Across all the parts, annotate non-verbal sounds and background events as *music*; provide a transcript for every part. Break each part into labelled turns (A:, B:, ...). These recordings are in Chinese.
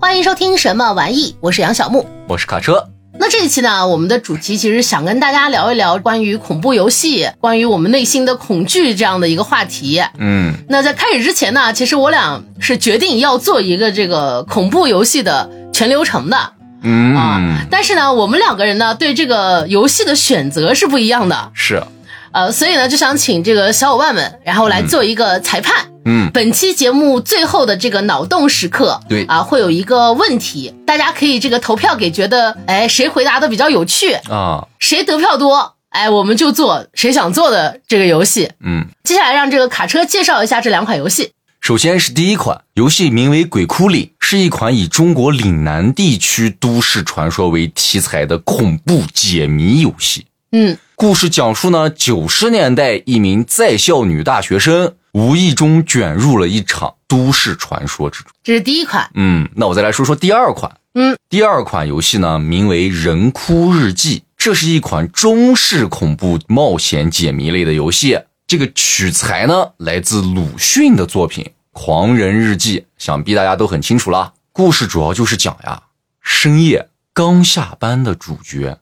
A: 欢迎收听什么玩意，我是杨小木。
B: 我是卡车，
A: 那这一期呢，我们的主题其实想跟大家聊一聊关于恐怖游戏、关于我们内心的恐惧这样的一个话题。
B: 嗯，
A: 那在开始之前呢，其实我俩是决定要做一个这个恐怖游戏的全流程的
B: 嗯，
A: 啊。但是呢，我们两个人呢对这个游戏的选择是不一样的，
B: 是，
A: 呃，所以呢就想请这个小伙伴们，然后来做一个裁判。
B: 嗯，
A: 本期节目最后的这个脑洞时刻，
B: 对
A: 啊，会有一个问题，大家可以这个投票给觉得，哎，谁回答的比较有趣，
B: 啊，
A: 谁得票多，哎，我们就做谁想做的这个游戏。
B: 嗯，
A: 接下来让这个卡车介绍一下这两款游戏。
B: 首先是第一款游戏，名为《鬼哭岭》，是一款以中国岭南地区都市传说为题材的恐怖解谜游戏。
A: 嗯
B: 故事讲述呢，九十年代一名在校女大学生无意中卷入了一场都市传说之中。
A: 这是第一款，
B: 嗯，那我再来说说第二款。
A: 嗯，
B: 第二款游戏呢，名为《人哭日记》，这是一款中式恐怖冒险解谜类的游戏。这个取材呢，来自鲁迅的作品《狂人日记》，想必大家都很清楚啦。故事主要就是讲呀，深夜刚下班的主角，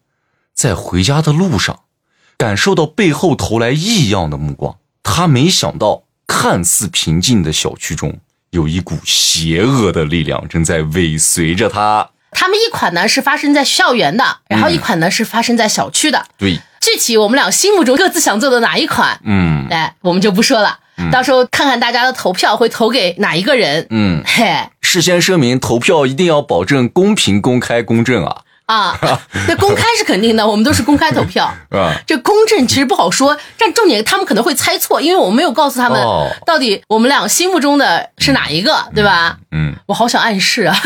B: 在回家的路上，感受到背后投来异样的目光。他没想到，看似平静的小区中，有一股邪恶的力量正在尾随着他。
A: 他们一款呢是发生在校园的，然后一款呢是发生在小区的。
B: 对，
A: 具体我们俩心目中各自想做的哪一款，
B: 嗯
A: 哎，我们就不说了，到时候看看大家的投票会投给哪一个人。
B: 嗯，
A: 嘿
B: 事先声明，投票一定要保证公平、公开、公正啊！ *laughs*
A: 啊，那公开是肯定的，我们都是公开投票。
B: 啊，
A: 这公正其实不好说，但重点他们可能会猜错，因为我没有告诉他们
B: 哦
A: 到底我们俩心目中的是哪一个，对吧？
B: 嗯，
A: 我好想暗示
B: *laughs*
A: 啊，
B: *laughs*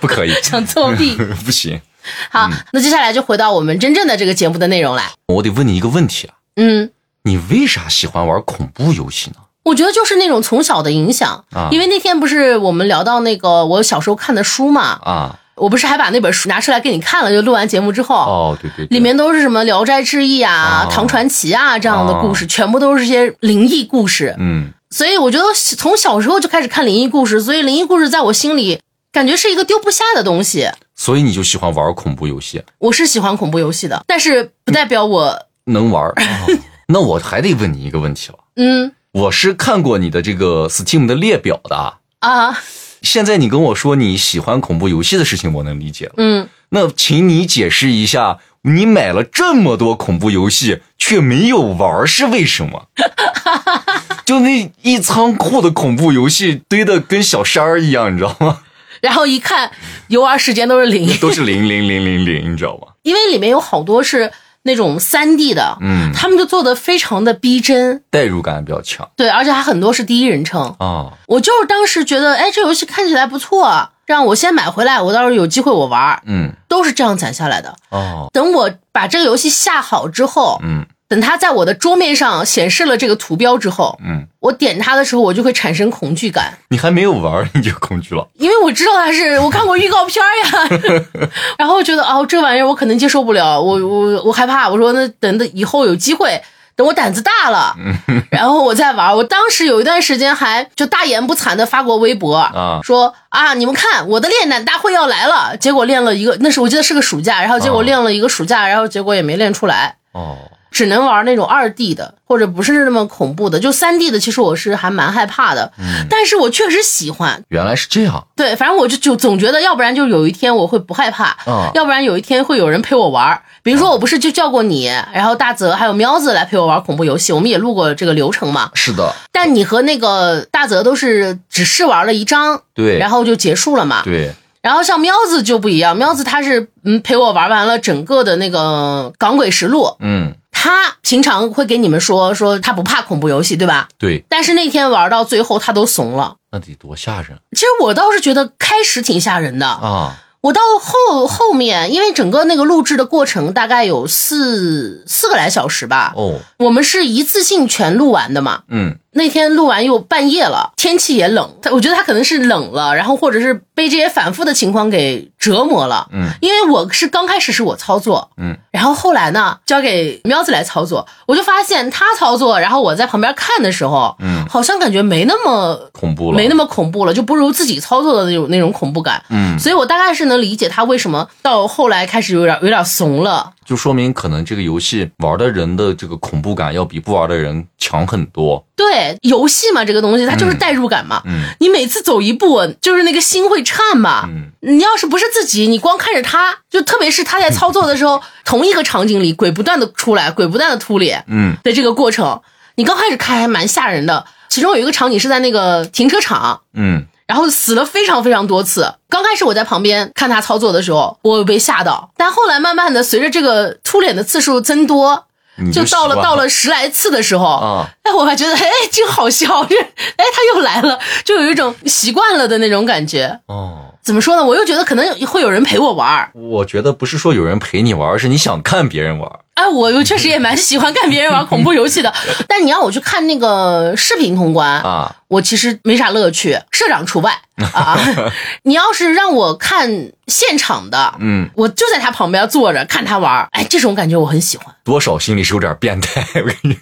B: 不可以， *laughs*
A: 想作弊。
B: 不行，嗯
A: 好，那接下来就回到我们真正的这个节目的内容来。
B: 我得问你一个问题啊，
A: 嗯，
B: 你为啥喜欢玩恐怖游戏呢？
A: 我觉得就是那种从小的影响，
B: 啊
A: 因为那天不是我们聊到那个我小时候看的书嘛，
B: 啊，
A: 我不是还把那本书拿出来给你看了，就录完节目之后。
B: 哦，对对对，
A: 里面都是什么《聊斋志异》啊、
B: 哦
A: 唐传奇》啊这样的故事，全部都是一些灵异故事。
B: 嗯
A: 所以我觉得从小时候就开始看灵异故事，所以灵异故事在我心里感觉是一个丢不下的东西。
B: 所以你就喜欢玩恐怖游戏，
A: 我是喜欢恐怖游戏的，但是不代表我，
B: 能
A: *laughs*
B: 玩。哦、那我还得问你一个问题了，啊
A: 嗯
B: 我是看过你的这个 Steam 的列表的啊。
A: 啊， *laughs*
B: 现在你跟我说你喜欢恐怖游戏的事情，我能理解了。
A: 嗯，
B: 那请你解释一下，你买了这么多恐怖游戏却没有玩儿是为什么？就那一仓库的恐怖游戏堆的跟小山儿一样，你知道吗？
A: 然后一看游玩时间都是
B: *laughs*
A: 零，
B: 都是零零零零零，你知道吗？
A: 因为里面有好多是那种三 D 的，
B: 嗯，
A: 他们就做的非常的逼真，
B: 代入感比较强
A: 对，而且还很多是第一人称。
B: 啊、
A: 我就是当时觉得，哎，这游戏看起来不错，让我先买回来，我到时候有机会我玩儿，
B: 嗯，
A: 都是这样攒下来的。
B: 哦，
A: 等我把这个游戏下好之后，
B: 嗯
A: 等它在我的桌面上显示了这个图标之后，
B: 嗯，
A: 我点它的时候，我就会产生恐惧感，
B: 你还没有玩儿你就恐惧了，
A: 因为我知道它
B: *laughs*
A: 是我看过预告片儿呀，然后觉得哦，这玩意儿我可能接受不了，我我我害怕，我说那等等以后有机会。等我胆子大了，
B: 嗯
A: 然后我再玩。我当时有一段时间还就大言不惭的发过微博，
B: 啊
A: 说啊，你们看我的练胆大会要来了。结果练了一个，那是我记得是个暑假，然后结果
B: 啊
A: 练了一个暑假，然后结果也没练出来。
B: 哦，
A: 只能玩那种二 D 的，或者不是那么恐怖的，就三 D 的，其实我是还蛮害怕的，
B: 嗯
A: 但是我确实喜欢。
B: 原来是这样
A: 对，反正我就就总觉得，要不然就有一天我会不害怕，
B: 啊
A: 要不然有一天会有人陪我玩儿。比如说，我不是就叫过你，然后大泽还有喵子来陪我玩恐怖游戏，我们也录过这个流程嘛。
B: 是的，
A: 但你和那个大泽都是只试玩了一章，
B: 对，
A: 然
B: 后
A: 后就结束了嘛。
B: 对，
A: 然后像喵子就不一样，喵子他是嗯陪我玩完了整个的那个《港鬼实录》，
B: 嗯，
A: 他平常会给你们说说他不怕恐怖游戏，对吧？
B: 对，
A: 但是那天玩到最后，他都怂了。
B: 那得多吓人
A: 其实我倒是觉得开始挺吓人的，
B: 啊！
A: 我到后后面，因为整个那个录制的过程大概有四四个来小时吧，
B: 哦，
A: 我们是一次性全录完的嘛，
B: 嗯，
A: 那天录完又半夜了，天气也冷，他我觉得他可能是冷了，然后或者是被这些反复的情况给折磨了。
B: 嗯，
A: 因为我是刚开始是我操作，
B: 嗯，
A: 然后后来呢交给喵子来操作，我就发现他操作，然后我在旁边看的时候，
B: 嗯，
A: 好像感觉没那么
B: 恐怖了，
A: 没那么恐怖了，就不如自己操作的那种那种恐怖感。
B: 嗯，
A: 所以我大概是能理解他为什么到后来开始有点有点怂了。
B: 就说明可能这个游戏玩的人的这个恐怖感要比不玩的人强很多。
A: 对，游戏嘛，这个东西它就是代入感嘛。
B: 嗯
A: 你每次走一步，就是那个心会颤嘛。
B: 嗯，
A: 你要是不是自己，你光看着他，就特别是他在操作的时
B: 嗯
A: 候，同一个场景里，鬼不断的出来，鬼不断的突脸
B: 嗯
A: 的这个过程，你刚开始看还蛮吓人的。其中有一个场景是在那个停车场，
B: 嗯，
A: 然后死了非常非常多次。刚开始我在旁边看他操作的时候，我有被吓到，但后来慢慢的随着这个秃脸的次数增多，
B: 你
A: 就到了
B: 习惯
A: 到了十来次的时候，
B: 啊，
A: 哎，我还觉得哎，真好笑，这哎他又来了，就有一种习惯了的那种感觉。
B: 哦，
A: 怎么说呢？我又觉得可能会有人陪我玩儿，
B: 我觉得不是说有人陪你玩，是你想看别人玩。
A: 哎，我又确实也蛮喜欢看别人玩恐怖游戏
B: *laughs*
A: 的，但你让我去看那个视频通关，
B: 啊，
A: 我其实没啥乐趣，社长除外
B: *laughs*
A: 啊。你要是让我看现场的，
B: 嗯，
A: 我就在他旁边坐着看他玩儿，哎，这种感觉我很喜欢。
B: 多少心里是有点变态，我跟你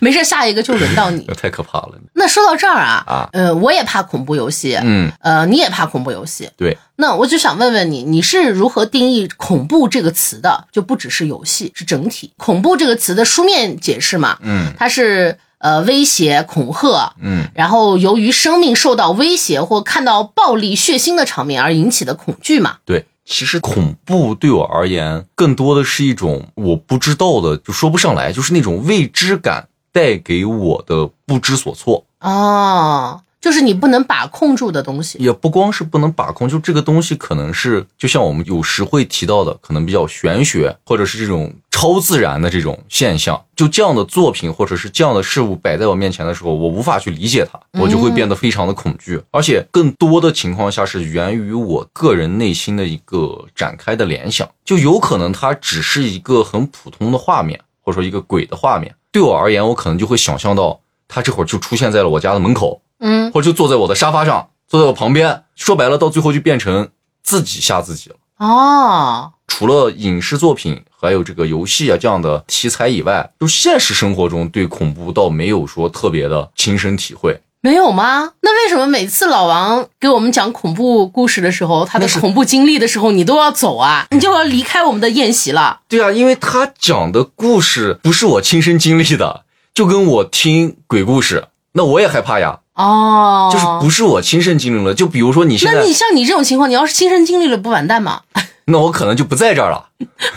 A: 没事，下一个就轮到
B: *laughs*
A: 你。
B: 说，太可怕了。
A: 那说到这儿啊，
B: 啊
A: 呃，我也怕恐怖游戏，
B: 嗯，
A: 呃，你也怕恐怖游戏，
B: 对，
A: 那我就想问问你，你是如何定义“恐怖”这个词的？就不只是游戏，是整体。恐怖这个词的书面解释嘛，
B: 嗯
A: 它是呃威胁、恐吓，
B: 嗯
A: 然后由于生命受到威胁或看到暴力、血腥的场面而引起的恐惧嘛。
B: 对，其实恐怖对我而言，更多的是一种我不知道的，就说不上来，就是那种未知感带给我的不知所措。
A: 哦，就是你不能把控住的东西。
B: 也不光是不能把控，就这个东西可能是，就像我们有时会提到的，可能比较玄学，或者是这种超自然的这种现象。就这样的作品或者是这样的事物摆在我面前的时候，我无法去理解它，我就会变得非常的恐惧，而且更多的情况下是源于我个人内心的一个展开的联想，就有可能它只是一个很普通的画面，或者说一个鬼的画面。对我而言，我可能就会想象到它这会儿就出现在了我家的门口，
A: 嗯，
B: 或者就坐在我的沙发上，坐在我旁边。说白了，到最后就变成自己吓自己了。
A: 哦，
B: 除了影视作品，还有这个游戏啊这样的题材以外，就现实生活中对恐怖倒没有说特别的亲身体会。
A: 没有吗？那为什么每次老王给我们讲恐怖故事的时候，他的恐怖经历的时候，你都要走啊？你就要离开我们的宴席了？
B: 对啊，因为他讲的故事不是我亲身经历的，就跟我听鬼故事，那我也害怕呀，
A: 哦，
B: 就是不是我亲身经历了。就比如说你现
A: 那
B: 在，
A: 你像你这种情况，你要是亲身经历了，不完蛋吗？
B: 那我可能就不在这儿了。
A: *laughs*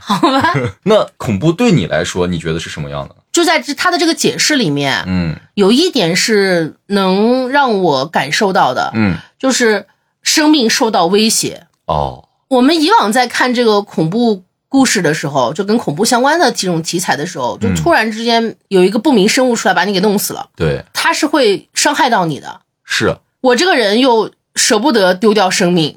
A: 好吧，
B: *laughs* 那恐怖对你来说，你觉得是什么样的？
A: 就在这他的这个解释里面，
B: 嗯
A: 有一点是能让我感受到的，
B: 嗯，
A: 就是生命受到威胁。
B: 哦，
A: 我们以往在看这个恐怖故事的时候，就跟恐怖相关的这种题材的时候，就
B: 嗯
A: 突然之间有一个不明生物出来把你给弄死了，
B: 对，
A: 它是会伤害到你的。
B: 是，
A: 我这个人又舍不得丢掉生命，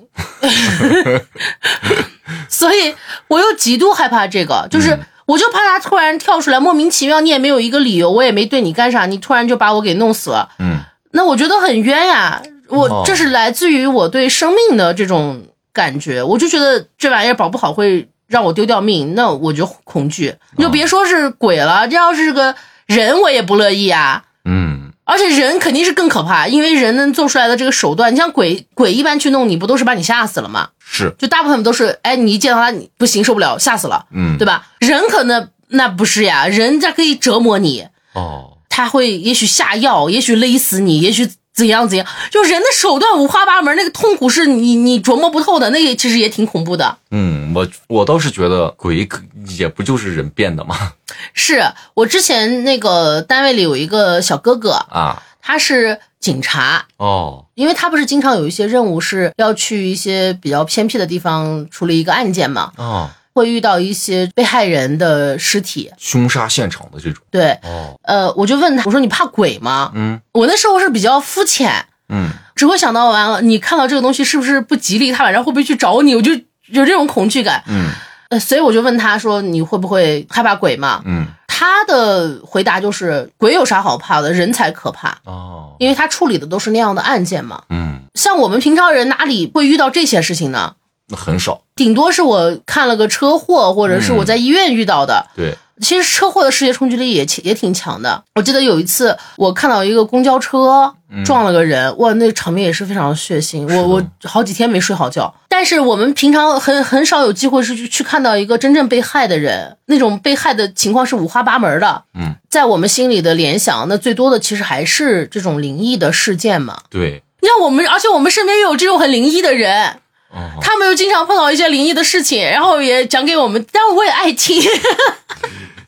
A: 所以我又极度害怕这个，就是我就怕他突然跳出来，莫名其妙，你也没有一个理由，我也没对你干啥，你突然就把我给弄死了，
B: 嗯。
A: 那我觉得很冤呀。
B: 哦
A: 我这是来自于我对生命的这种感觉，我就觉得这玩意儿保不好会让我丢掉命，那我就恐惧。你就别说是鬼了，这要是个人，我也不乐意啊。
B: 嗯，
A: 而且人肯定是更可怕，因为人能做出来的这个手段，你像鬼鬼一般去弄你，不都是把你吓死了吗？
B: 是，
A: 就大部分都是，哎，你一见到他你不行，受不了，吓死了，
B: 嗯，
A: 对吧？人可能那不是呀，人家可以折磨你，
B: 哦，
A: 他会也许下药，也许勒死你，也许怎样怎样，就人的手段五花八门，那个痛苦是你你琢磨不透的，那个其实也挺恐怖的。
B: 嗯，我我倒是觉得鬼可也不就是人变的嘛，
A: 是我之前那个单位里有一个小哥哥，
B: 啊，
A: 他是警察，
B: 哦，
A: 因为他不是经常有一些任务是要去一些比较偏僻的地方处理一个案件嘛，
B: 哦，
A: 会遇到一些被害人的尸体。
B: 凶杀现场的这种，
A: 对，
B: 哦，
A: 呃，我就问他，我说你怕鬼吗？
B: 嗯
A: 我那时候是比较肤浅，
B: 嗯，
A: 只会想到完了，你看到这个东西是不是不吉利，他晚上会不会去找你？我就有这种恐惧感。
B: 嗯
A: 呃，所以我就问他说你会不会害怕鬼嘛？
B: 嗯，
A: 他的回答就是鬼有啥好怕的，人才可怕，
B: 哦，
A: 因为他处理的都是那样的案件嘛。
B: 嗯，
A: 像我们平常人哪里会遇到这些事情呢？
B: 那很少，
A: 顶多是我看了个车祸，或者是我在医院遇到的。
B: 对，
A: 其实车祸的视觉冲击力也也挺强的。我记得有一次我看到一个公交车撞了个人，哇，那场面也是非常血腥。
B: 嗯是的
A: 我我好几天没睡好觉。但是我们平常很很少有机会是去去看到一个真正被害的人，那种被害的情况是五花八门的。
B: 嗯，
A: 在我们心里的联想，那最多的其实还是这种灵异的事件嘛。
B: 对，
A: 你像我们，而且我们身边又有这种很灵异的人，
B: 哦，
A: 他们又经常碰到一些灵异的事情，然后也讲给我们，但我也爱听， *laughs*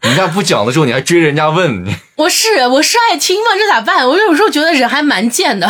B: 人家不讲的时候，你还追人家问，你
A: 我是我是爱听嘛，这咋办？我有时候觉得人还蛮贱
B: *laughs*
A: 的，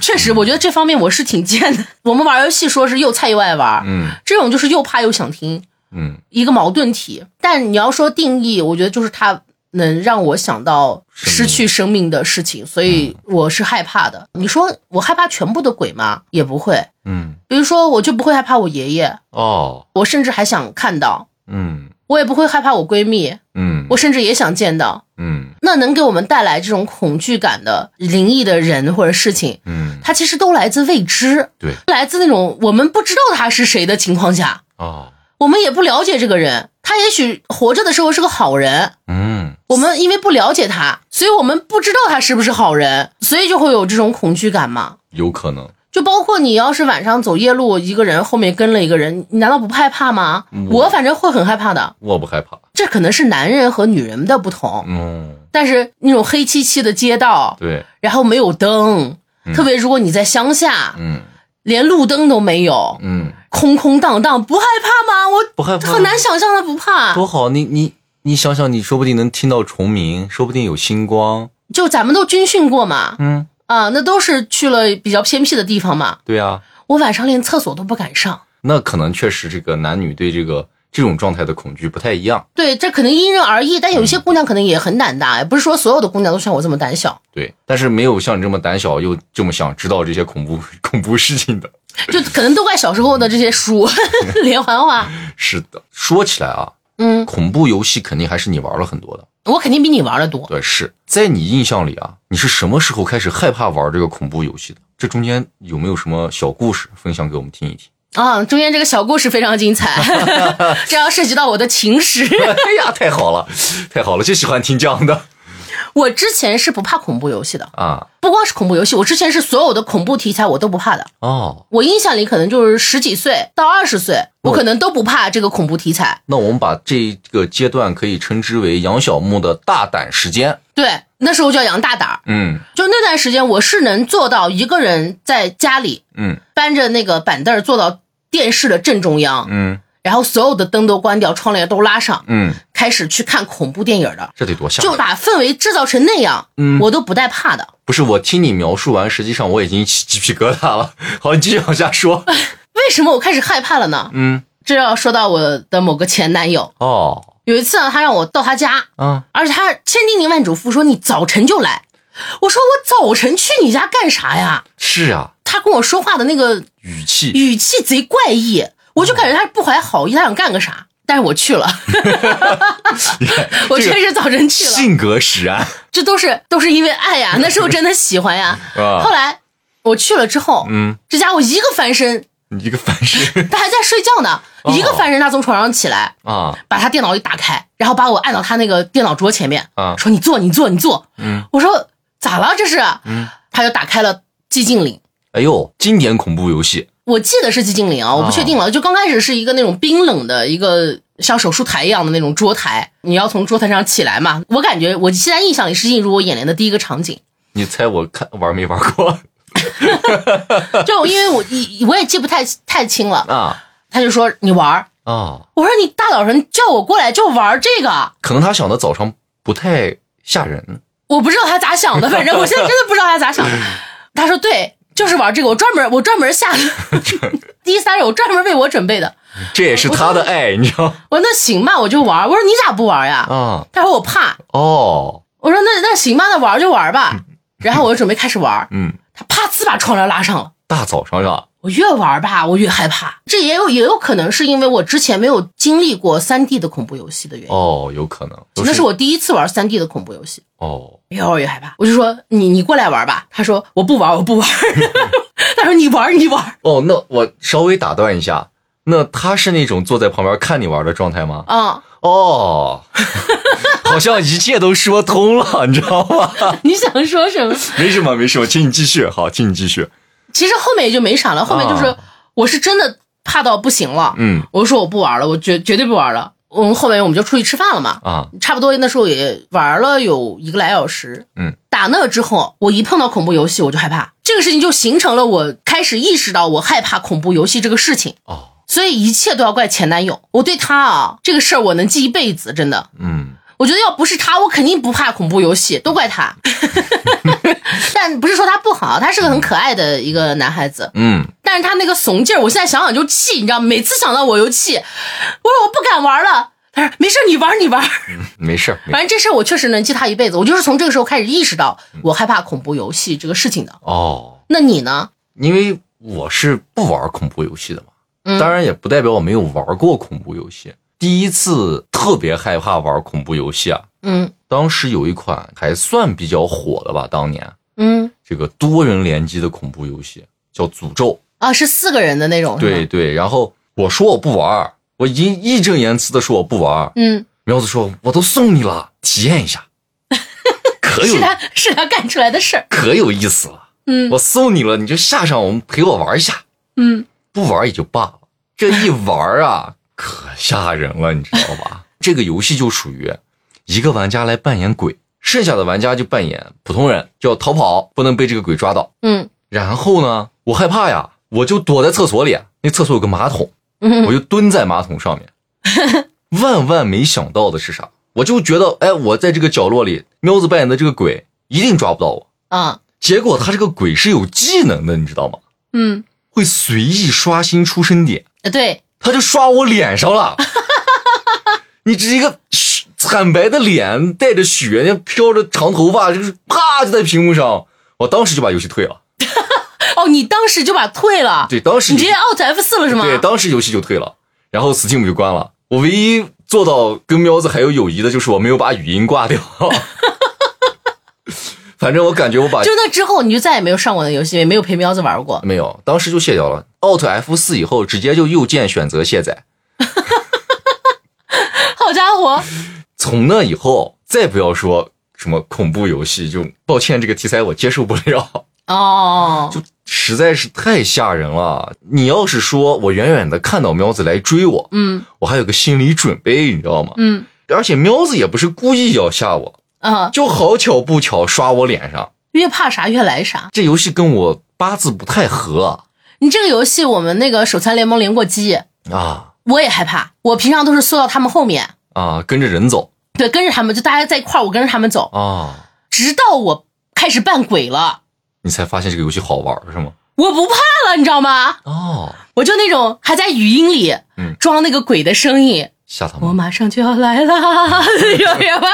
A: 确实，我觉得这方面我是挺贱的。我们玩游戏说是又菜又爱玩，
B: 嗯
A: 这种就是又怕又想听，
B: 嗯，
A: 一个矛盾体。但你要说定义，我觉得就是它能让我想到失去生命的事
B: 嗯
A: 情，所以我是害怕的。你说我害怕全部的鬼吗？也不会，
B: 嗯，
A: 比如说我就不会害怕我爷爷，
B: 哦，
A: 我甚至还想看到。
B: 嗯
A: 我也不会害怕我闺蜜，
B: 嗯，
A: 我甚至也想见到。
B: 嗯
A: 那能给我们带来这种恐惧感的灵异的人或者事情，
B: 嗯，
A: 它其实都来自未知，
B: 对，
A: 来自那种我们不知道他是谁的情况下，
B: 哦，
A: 我们也不了解这个人。他也许活着的时候是个好人，
B: 嗯，
A: 我们因为不了解他，所以我们不知道他是不是好人，所以就会有这种恐惧感嘛。
B: 有可能，
A: 就包括你要是晚上走夜路，一个人后面跟了一个人，你难道不害怕吗？我反正会很害怕的。
B: 我不害怕，
A: 这可能是男人和女人的不同，
B: 嗯，
A: 但是那种黑漆漆的街道，
B: 对，
A: 然后没有灯，特别如果你在乡下，
B: 嗯
A: 连路灯都没有，
B: 嗯，
A: 空空荡荡，不害怕吗？我
B: 不害怕，
A: 很难想象的不怕。
B: 多好！你你你想想，你说不定能听到虫鸣，说不定有星光。
A: 就咱们都军训过嘛，
B: 嗯，
A: 啊，那都是去了比较偏僻的地方嘛。
B: 对啊，
A: 我晚上连厕所都不敢上。
B: 那可能确实这个男女对这个这种状态的恐惧不太一样。
A: 对，这可能因人而异，但有一些姑娘可能也很胆大，也不是说所有的姑娘都像我这么胆小，
B: 对，但是没有像你这么胆小又这么想知道这些恐怖 *laughs* 恐怖事情的。
A: 就可能都怪小时候的这些书 *laughs* 连环画。
B: 是的，说起来啊，
A: 嗯，
B: 恐怖游戏肯定还是你玩了很多的。
A: 我肯定比你玩的多。
B: 对，是在你印象里啊，你是什么时候开始害怕玩这个恐怖游戏的？这中间有没有什么小故事分享给我们听一 *laughs* 听？
A: 啊，中间这个小故事非常精彩，这要涉及到我的情史。 *laughs*
B: 哎呀，太好了， *laughs* 太好了，就喜欢听这样的
A: 我之前是不怕恐怖游戏的，
B: 啊！
A: 不光是恐怖游戏，我之前是所有的恐怖题材我都不怕的。
B: 哦，
A: 我印象里可能就是十几岁到二十岁，我可能都不怕这个恐怖题材。
B: 那我们把这个阶段可以称之为杨小木的大胆时间。
A: 对，那时候叫杨大胆儿。
B: 嗯
A: 就那段时间，我是能做到一个人在家里
B: 嗯
A: 搬着那个板凳儿坐到电视的正中央，
B: 嗯
A: 然后所有的灯都关掉，窗帘都拉上，
B: 嗯，
A: 开始去看恐怖电影的，
B: 这得多吓
A: 就
B: 人！
A: 把氛围制造成那样，我都不带怕的。
B: 不是我听你描述完，实际上我已经起鸡皮疙瘩了。好，你继续往下
A: *laughs*
B: 说。
A: 为什么我开始害怕了呢？
B: 嗯，
A: 这要说到我的某个前男友，
B: 哦，
A: 有一次啊，他让我到他家，
B: 啊，
A: 而且他千叮咛万嘱咐说你早晨就来。我说我早晨去你家干啥呀？
B: 是啊，
A: 他跟我说话的那个
B: 语气，
A: 语气贼怪异，我就感觉他不怀好意，他想干个啥。但是我去
B: *laughs*
A: 了，我确实早晨去了，
B: 性格使
A: *laughs*
B: 然
A: 这都是都是因为爱呀，那时候真的喜欢呀。后
B: *laughs* 啊。
A: 来我去了之后，
B: 嗯，
A: 这家伙一个翻身，
B: 你一个反身
A: 他还在睡觉呢，
B: 哦
A: 一个翻身，他从床上起来，
B: 啊，
A: 把他电脑一打开，然后把我按到他那个电脑桌前面，
B: 啊
A: 说你坐，你坐，你坐。
B: 嗯，
A: 我说咋了这是？嗯，他就打开了寂静岭，
B: 哎呦，经典恐怖游戏
A: 我记得是寂静岭啊，我不确定了。就刚开始是一个那种冰冷的一个像手术台一样的那种桌台，你要从桌台上起来嘛。我感觉我现在印象里是映入我眼帘的第一个场景，
B: 你猜我看玩没玩过
A: 就因为我一我也记不太太清了。 *laughs*
B: 啊？
A: 他就说你玩儿，
B: 啊，
A: 我说你大早晨叫我过来就玩儿这个。
B: 可能他想的早上不太吓人。
A: 我不知道他咋想的，
B: *laughs*
A: 反正我现在真的不知道他咋想的。
B: 嗯
A: 他说对，就是玩这个，我专门我专门下的， *laughs* 第三首我专门为我准备的。
B: 这也是他的爱，你知道
A: 我说那行吧，我就玩。我说你咋不玩呀？
B: 啊？
A: 他说我怕。
B: 哦，
A: 我说那那行吧，那玩就玩吧。然后我就准备开始玩，
B: 嗯，
A: 他啪呲把窗帘拉上了。
B: 大早上啊，
A: 我越玩吧，我越害怕。这也有也有可能是因为我之前没有经历过三 D 的恐怖游戏的原因。
B: 哦，有可能，都
A: 那是我第一次玩三 D 的恐怖游戏，
B: 哦，
A: 越玩越害怕。我就说你你过来玩吧，他说我不玩我不玩， *laughs* 他说你玩你玩
B: 哦，那我稍微打断一下，那他是那种坐在旁边看你玩的状态吗？
A: 啊、
B: 哦， *laughs* 好像一切都说通了，你知道吗？
A: 你想说什么？
B: *laughs* 没什么，没什么，请你继续，好，请你继续。
A: 其实后面也就没啥了，后面就是、
B: 啊
A: 我是真的怕到不行了，
B: 嗯
A: 我就说我不玩了，我绝绝对不玩了。我们后面我们就出去吃饭了嘛，
B: 啊，
A: 差不多那时候也玩了有一个来小时。
B: 嗯，
A: 打那之后，我一碰到恐怖游戏我就害怕，这个事情就形成了我开始意识到我害怕恐怖游戏这个事情，
B: 哦，
A: 所以一切都要怪前男友。我对他啊这个事儿我能记一辈子，真的。
B: 嗯，
A: 我觉得要不是他，我肯定不怕恐怖游戏，都怪
B: *laughs*
A: 他。但不是说他不好，他是个很可爱的一个男孩子，
B: 嗯，
A: 但是他那个怂劲儿，我现在想想就气，你知道，每次想到我就气，我说我不敢玩了。他说没事儿，你玩儿你
B: *laughs*
A: 玩儿。
B: 没事儿，没
A: 反正这事儿我确实能记他一辈子。我就是从这个时候开始意识到我害怕恐怖游戏这个事情的。
B: 哦，
A: 那你呢？
B: 因为我是不玩恐怖游戏的嘛，
A: 嗯
B: 当然也不代表我没有玩过恐怖游戏。第一次特别害怕玩恐怖游戏啊，
A: 嗯
B: 当时有一款还算比较火的吧，当年
A: 嗯
B: 这个多人联机的恐怖游戏叫《诅咒》，
A: 啊，是四个人的那种。是
B: 对
A: 吗，
B: 对。然后我说我不玩儿，我义义正言辞的说我不玩儿。
A: 嗯，
B: 苗子说我都送你了，体验一
A: *laughs*
B: 下，可有
A: 是他是他干出来的事儿。
B: 可有意思了，
A: 嗯
B: 我送你了，你就下上，我们陪我玩一下。
A: 嗯，
B: 不玩也就罢了，这一玩啊，可吓人了，你知道吧？这个游戏就属于一个玩家来扮演鬼，剩下的玩家就扮演普通人，就要逃跑，不能被这个鬼抓到。
A: 嗯
B: 然后呢，我害怕呀，我就躲在厕所里，啊那厕所有个马桶，
A: 嗯
B: 我就蹲在马桶上面。万万没想到的是啥？我就觉得，哎，我在这个角落里，喵子扮演的这个鬼一定抓不到我。
A: 啊
B: 结果他这个鬼是有技能的，你知道吗？
A: 嗯，
B: 会随意刷新出生点。
A: 呃对，
B: 他就刷我脸上了。 *laughs* 你这一个嘘惨白的脸，带着血，飘着长头发，就是啪就在屏幕上。我当时就把游戏退了。
A: 哦，你当时就把退了，
B: 对，当时
A: 你直接 out F 四了是吗？
B: 对，当时游戏就退了，然后 Steam 就关了。我唯一做到跟喵子还有友谊的，就是我没有把语音挂掉。 *laughs* 反正我感觉我把
A: 就那之后，你就再也没有上过那游戏，也没有陪喵子玩过。 *laughs*
B: 没有，当时就卸掉了。Alt F 四以后，直接就右键选择卸载。
A: 好家伙，
B: 从那以后，再不要说什么恐怖游戏，就抱歉，这个题材我接受不了， *laughs*
A: 哦，
B: 就实在是太吓人了。你要是说我远远的看到喵子来追我，
A: 嗯
B: 我还有个心理准备，你知道吗？
A: 嗯
B: 而且喵子也不是故意要吓我，
A: 啊，
B: 就好巧不巧刷我脸上。
A: 越怕啥越来啥。
B: 这游戏跟我八字不太合啊
A: 你这个游戏，我们那个手残联盟连过机，
B: 啊
A: 我也害怕。我平常都是缩到他们后面，
B: 啊，跟着人走
A: 对，跟着他们，就大家在一块儿，我跟着他们走，
B: 啊，
A: 直到我开始扮鬼了，
B: 你才发现这个游戏好玩是吗？
A: 我不怕了，你知道吗？
B: 哦，
A: 我就那种还在语音里
B: 嗯
A: 装那个鬼的声音，
B: 吓他
A: 我
B: 们
A: 马上就要来啦， *laughs* 有点吧？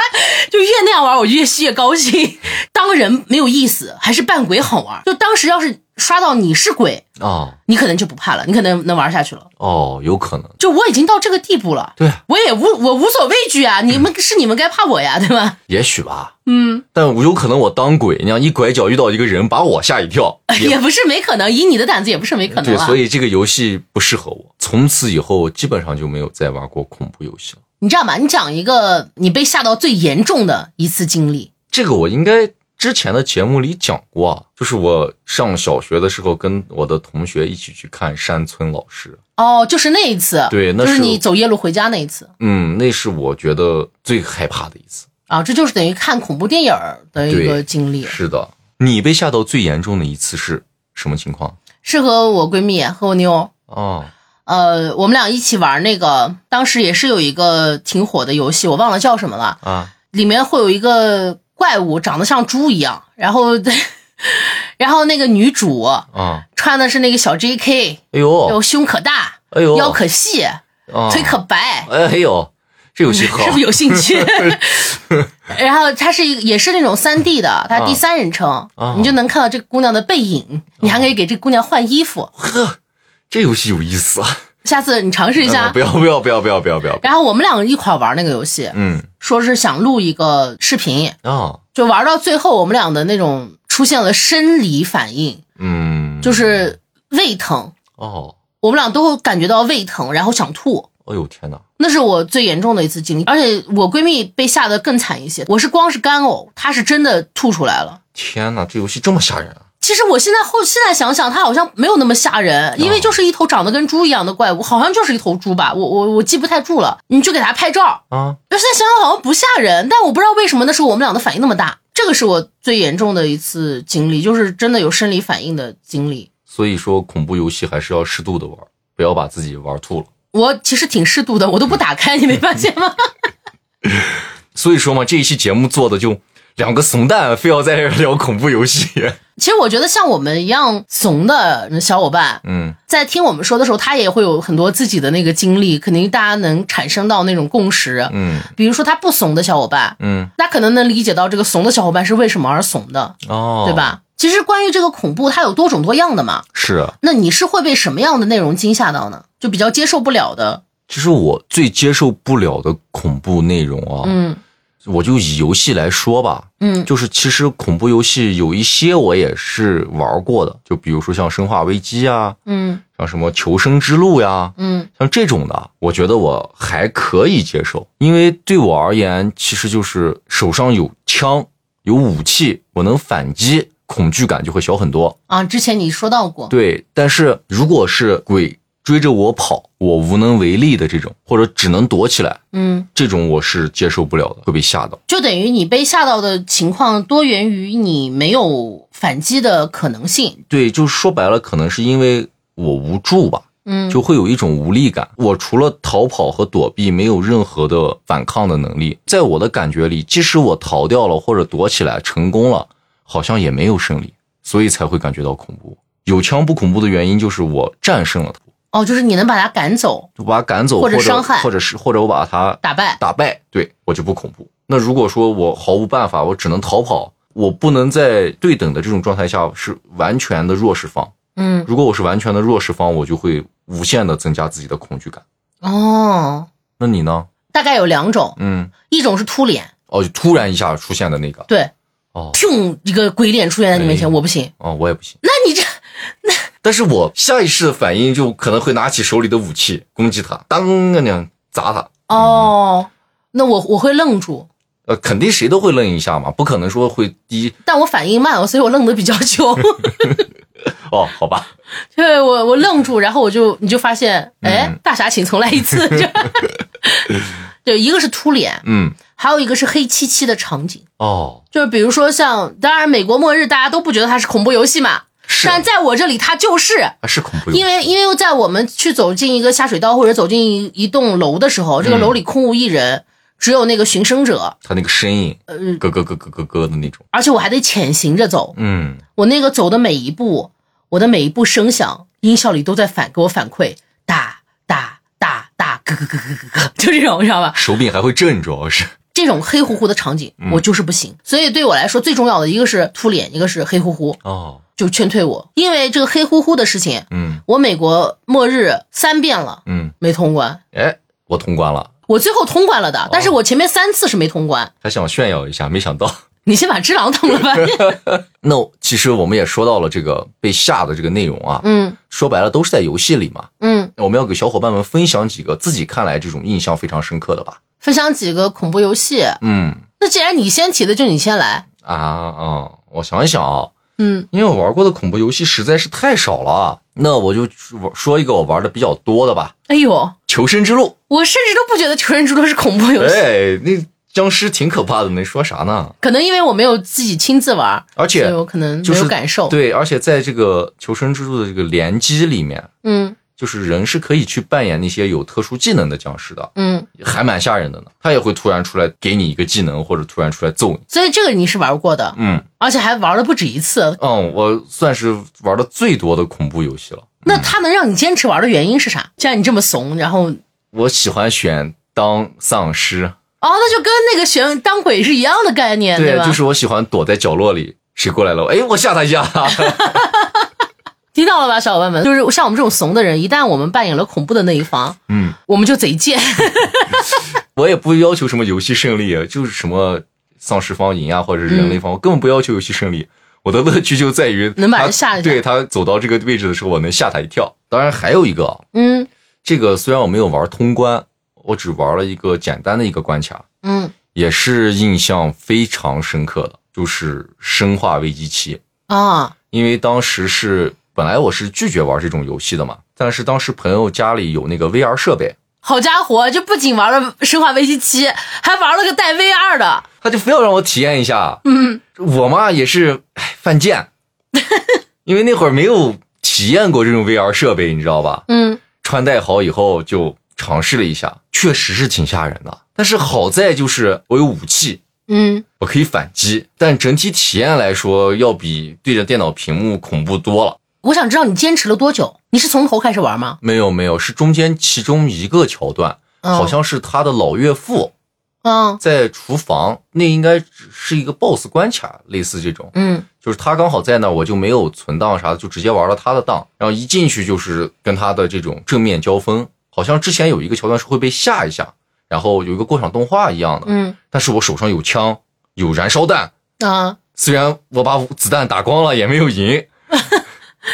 A: 就越那样玩，我越越高兴。当人没有意思，还是扮鬼好玩。就当时要是刷到你是鬼，
B: 啊，
A: 你可能就不怕了，你可能能玩下去了。
B: 哦，有可能，
A: 就我已经到这个地步了，
B: 对啊，
A: 我也无我无所畏惧啊，你们是你们该怕我呀， *laughs* 对吧？
B: 也许吧。
A: 嗯，
B: 但有可能我当鬼那样一拐角遇到一个人，把我吓一跳。也
A: 也不是没可能，以你的胆子也不是没哎可能
B: 对，
A: 啊。
B: 所以这个游戏不适合我。从此以后，基本上就没有再玩过恐怖游戏了。
A: 你这样吧，你讲一个你被吓到最严重的一次经历。
B: 这个我应该之前的节目里讲过啊，就是我上小学的时候，跟我的同学一起去看山村老师。
A: 哦，就是那一次，
B: 对那
A: 就是是你走夜路回家那一次
B: 嗯，那是我觉得最害怕的一次。
A: 啊，这就是等于看恐怖电影儿的一个
B: 对
A: 经历。
B: 是的，你被吓到最严重的一次是什么情况？
A: 是和我闺蜜和我妞，
B: 哦，
A: 呃，我们俩一起玩那个，当时也是有一个挺火的游戏，我忘了叫什么了，
B: 啊，
A: 里面会有一个怪物长得像猪一样，然后， *laughs* 然后那个女主
B: 啊，
A: 穿的是那个小 J.K，
B: 哎呦，
A: 有胸可大，
B: 哎呦，
A: 腰可细，
B: 啊
A: 腿可白，
B: 哎呦，这游戏好
A: 嗯是不是有兴趣？ *laughs* 然后它是一个，也是那种三 D 的，它第三人称，
B: 啊
A: 你就能看到这个姑娘的背影，你还可以给这个姑娘换衣服。
B: 呵，这游戏有意思啊！嗯
A: 下次你尝试一下。
B: 不要不要不要不要不要不要！
A: 然后我们两个一块儿玩那个游戏，
B: 嗯
A: 说是想录一个视频，
B: 啊
A: 就玩到最后，我们俩的那种出现了生理反应，
B: 嗯，
A: 就是胃疼，
B: 哦，
A: 我们俩都会感觉到胃疼，然后想吐。
B: 哎呦天哪！
A: 那是我最严重的一次经历，而且我闺蜜被吓得更惨一些。我是光是干呕，她是真的吐出来了。
B: 天哪，这游戏这么吓人啊！
A: 其实我现在后现在想想，它好像没有那么吓人，因为就是一头长得跟猪一样的怪物，好像就是一头猪吧，我我我记不太住了。你就给它拍照，
B: 啊
A: 现在想想好像不吓人，但我不知道为什么那时候我们俩的反应那么大。这个是我最严重的一次经历，就是真的有生理反应的经历。
B: 所以说恐怖游戏还是要适度的玩，不要把自己玩吐了。
A: 我其实挺适度的，我都不打开，你没发现
B: *laughs*
A: 吗？
B: 所以说嘛，这一期节目做的就两个怂蛋，非要在这儿聊恐怖游戏。 *laughs*
A: 其实我觉得像我们一样怂的小伙伴，
B: 嗯，
A: 在听我们说的时候，他也会有很多自己的那个经历，肯定大家能产生到那种共识。
B: 嗯
A: 比如说他不怂的小伙伴，
B: 嗯
A: 那可能能理解到这个怂的小伙伴是为什么而怂的，
B: 哦，
A: 对？吧？其实关于这个恐怖，它有多种多样的嘛。
B: 是啊，
A: 那你是会被什么样的内容惊吓到呢？就比较接受不了的，
B: 其实我最接受不了的恐怖内容啊，
A: 嗯
B: 我就以游戏来说吧，
A: 嗯
B: 就是其实恐怖游戏有一些我也是玩过的，就比如说像《生化危机》啊，
A: 嗯
B: 像什么《求生之路》呀，
A: 嗯
B: 像这种的，我觉得我还可以接受，因为对我而言，其实就是手上有枪、有武器，我能反击，恐惧感就会小很多。
A: 啊，之前你说到过，
B: 对，但是如果是鬼追着我跑，我无能为力的这种，或者只能躲起来，
A: 嗯，
B: 这种我是接受不了的，会被吓到。
A: 就等于你被吓到的情况多源于你没有反击的可能性，
B: 对，就是说白了，可能是因为我无助吧，
A: 嗯
B: 就会有一种无力感。我除了逃跑和躲避，没有任何的反抗的能力。在我的感觉里，即使我逃掉了或者躲起来成功了，好像也没有胜利，所以才会感觉到恐怖。有枪不恐怖的原因就是我战胜了他，
A: 哦，就是你能把他赶走、
B: 我把他赶走，
A: 或
B: 或
A: 者伤害
B: 或者是或者我把他
A: 打败，
B: 打败，对我就不恐怖。那如果说我毫无办法，我只能逃跑，我不能在对等的这种状态下是完全的弱势方。
A: 嗯，
B: 如果我是完全的弱势方，我就会无限的增加自己的恐惧感。
A: 哦，
B: 那你呢？
A: 大概有两种，
B: 嗯，
A: 一种是秃脸，
B: 哦，就突然一下出现的那个，
A: 对，
B: 哦
A: 砰，一个鬼脸出现在你面前，
B: 哎
A: 我不行。
B: 哦，我也不行。
A: 那你这
B: *laughs* 但是我下意识的反应就可能会拿起手里的武器攻击他，当个呢砸他。
A: 哦，那我我会愣住，
B: 呃，肯定谁都会愣一下嘛，不可能说会第一
A: 但我反应慢，所以我愣的比较久。
B: 哦，好吧，
A: 对我我愣住，然后我就你就发现，哎，大侠请重来一次。就对，一个是秃脸，
B: 嗯，
A: 还有一个是黑漆漆的场景，
B: 哦，
A: 就是比如说像，当然美国末日大家都不觉得它是恐怖游戏嘛，
B: 是
A: 但在我这里它就是。
B: 啊是恐怖游戏，
A: 因为因为在我们去走进一个下水道或者走进一一栋楼的时候，这个楼里空无一人，只有那个寻声者，
B: 他那个声音，
A: 呃，
B: 咯咯咯咯咯咯的那种。
A: 而且我还得潜行着走，
B: 嗯，
A: 我那个走的每一步，我的每一步声响，音效里都在反给我反馈，哒哒哒哒，咯咯咯咯咯 *laughs* 咯，就这种，你知道吧？
B: 手柄还会震，主要是。
A: 这种黑乎乎的场景，我就是不行。所以对我来说，最重要的一个是秃脸，一个是黑乎乎，
B: 哦，
A: 就劝退我。因为这个黑乎乎的事情，
B: 嗯
A: 我美国末日三遍了
B: 嗯，
A: 没通关，
B: 哎，我通关了，
A: 我最后通关了的，但是我前面三次是没通关。
B: 还想炫耀一下，没想到。
A: 你先把只狼通了吧。
B: 那其实我们也说到了这个被吓的这个内容啊，
A: 嗯
B: 说白了都是在游戏里嘛。
A: 嗯，
B: 我们要给小伙伴们分享几个自己看来这种印象非常深刻的吧。
A: 分享几个恐怖游戏。
B: 嗯
A: 那既然你先提的，就你先来。
B: 啊啊，我想一想啊，
A: 嗯。
B: 因为我玩过的恐怖游戏实在是太少了啊，那我就说一个我玩的比较多的吧，
A: 哎呦，
B: 《求生之路
A: 我甚至都不觉得《求生之路》是恐怖》。游戏，
B: 哎，那僵尸挺可怕的，能说啥呢？
A: 可能因为我没有自己亲自玩，所
B: 而且
A: 以我可能
B: 就
A: 没
B: 是
A: 有感受。
B: 对，而且在这个求生之路的这个联机里面，
A: 嗯
B: 就是人是可以去扮演那些有特殊技能的僵尸的，
A: 嗯，
B: 还蛮吓人的呢。他也会突然出来给你一个技能，或者突然出来揍你。
A: 所以这个你是玩过的，
B: 嗯
A: 而且还玩了不止一次。
B: 嗯，我算是玩的最多的恐怖游戏了。
A: 哦那它能让你坚持玩的原因是啥？既然你这么怂，然后
B: 我喜欢选当丧尸，
A: 哦，那就跟那个选当鬼是一样的概念，吧？
B: 就是我喜欢躲在角落里，谁过来了，哎，我吓他一下。 *laughs*
A: 听到了吧，小伙伴们？就是像我们这种怂的人，一旦我们扮演了恐怖的那一方，
B: 嗯，
A: 我们就贼贱。 *laughs*
B: 我也不要求什么游戏胜利，就是什么丧尸方赢啊，或者是人类方，我根本不要求游戏胜利。我的乐趣就在于
A: 嗯能把人
B: 他
A: 吓一下
B: 对他走到这个位置的时候，我能吓他一跳。当然还有一个啊，
A: 嗯
B: 这个虽然我没有玩通关，我只玩了一个简单的一个关卡，
A: 嗯
B: 也是印象非常深刻的，就是《生化危机七》。
A: 啊
B: 因为当时是本来我是拒绝玩这种游戏的嘛，但是当时朋友家里有那个 VR 设备，
A: 好家伙，就不仅玩了《生化危机七》，还玩了个带 VR 的。
B: 他就非要让我体验一下。
A: 嗯，
B: 我嘛也是唉犯贱，因为那会儿没有体验过这种 VR 设备，你知道吧？
A: 嗯，
B: 穿戴好以后就尝试了一下，确实是挺吓人的。但是好在就是我有武器，
A: 嗯，
B: 我可以反击，但整体体验来说，要比对着电脑屏幕恐怖多了。
A: 我想知道你坚持了多久？你是从头开始玩吗？
B: 没有没有，是中间其中一个桥段，
A: 嗯
B: 好像是他的老岳父
A: 嗯
B: 在厨房，那应该是一个 BOSS 关卡，类似这种。
A: 嗯
B: 就是他刚好在那儿，我就没有存档啥的，就直接玩了他的档。然后一进去就是跟他的这种正面交锋，好像之前有一个桥段是会被吓一下，然后有一个过场动画一样的。
A: 嗯
B: 但是我手上有枪，有燃烧弹，
A: 啊，
B: 虽然我把子弹打光了，也没有赢。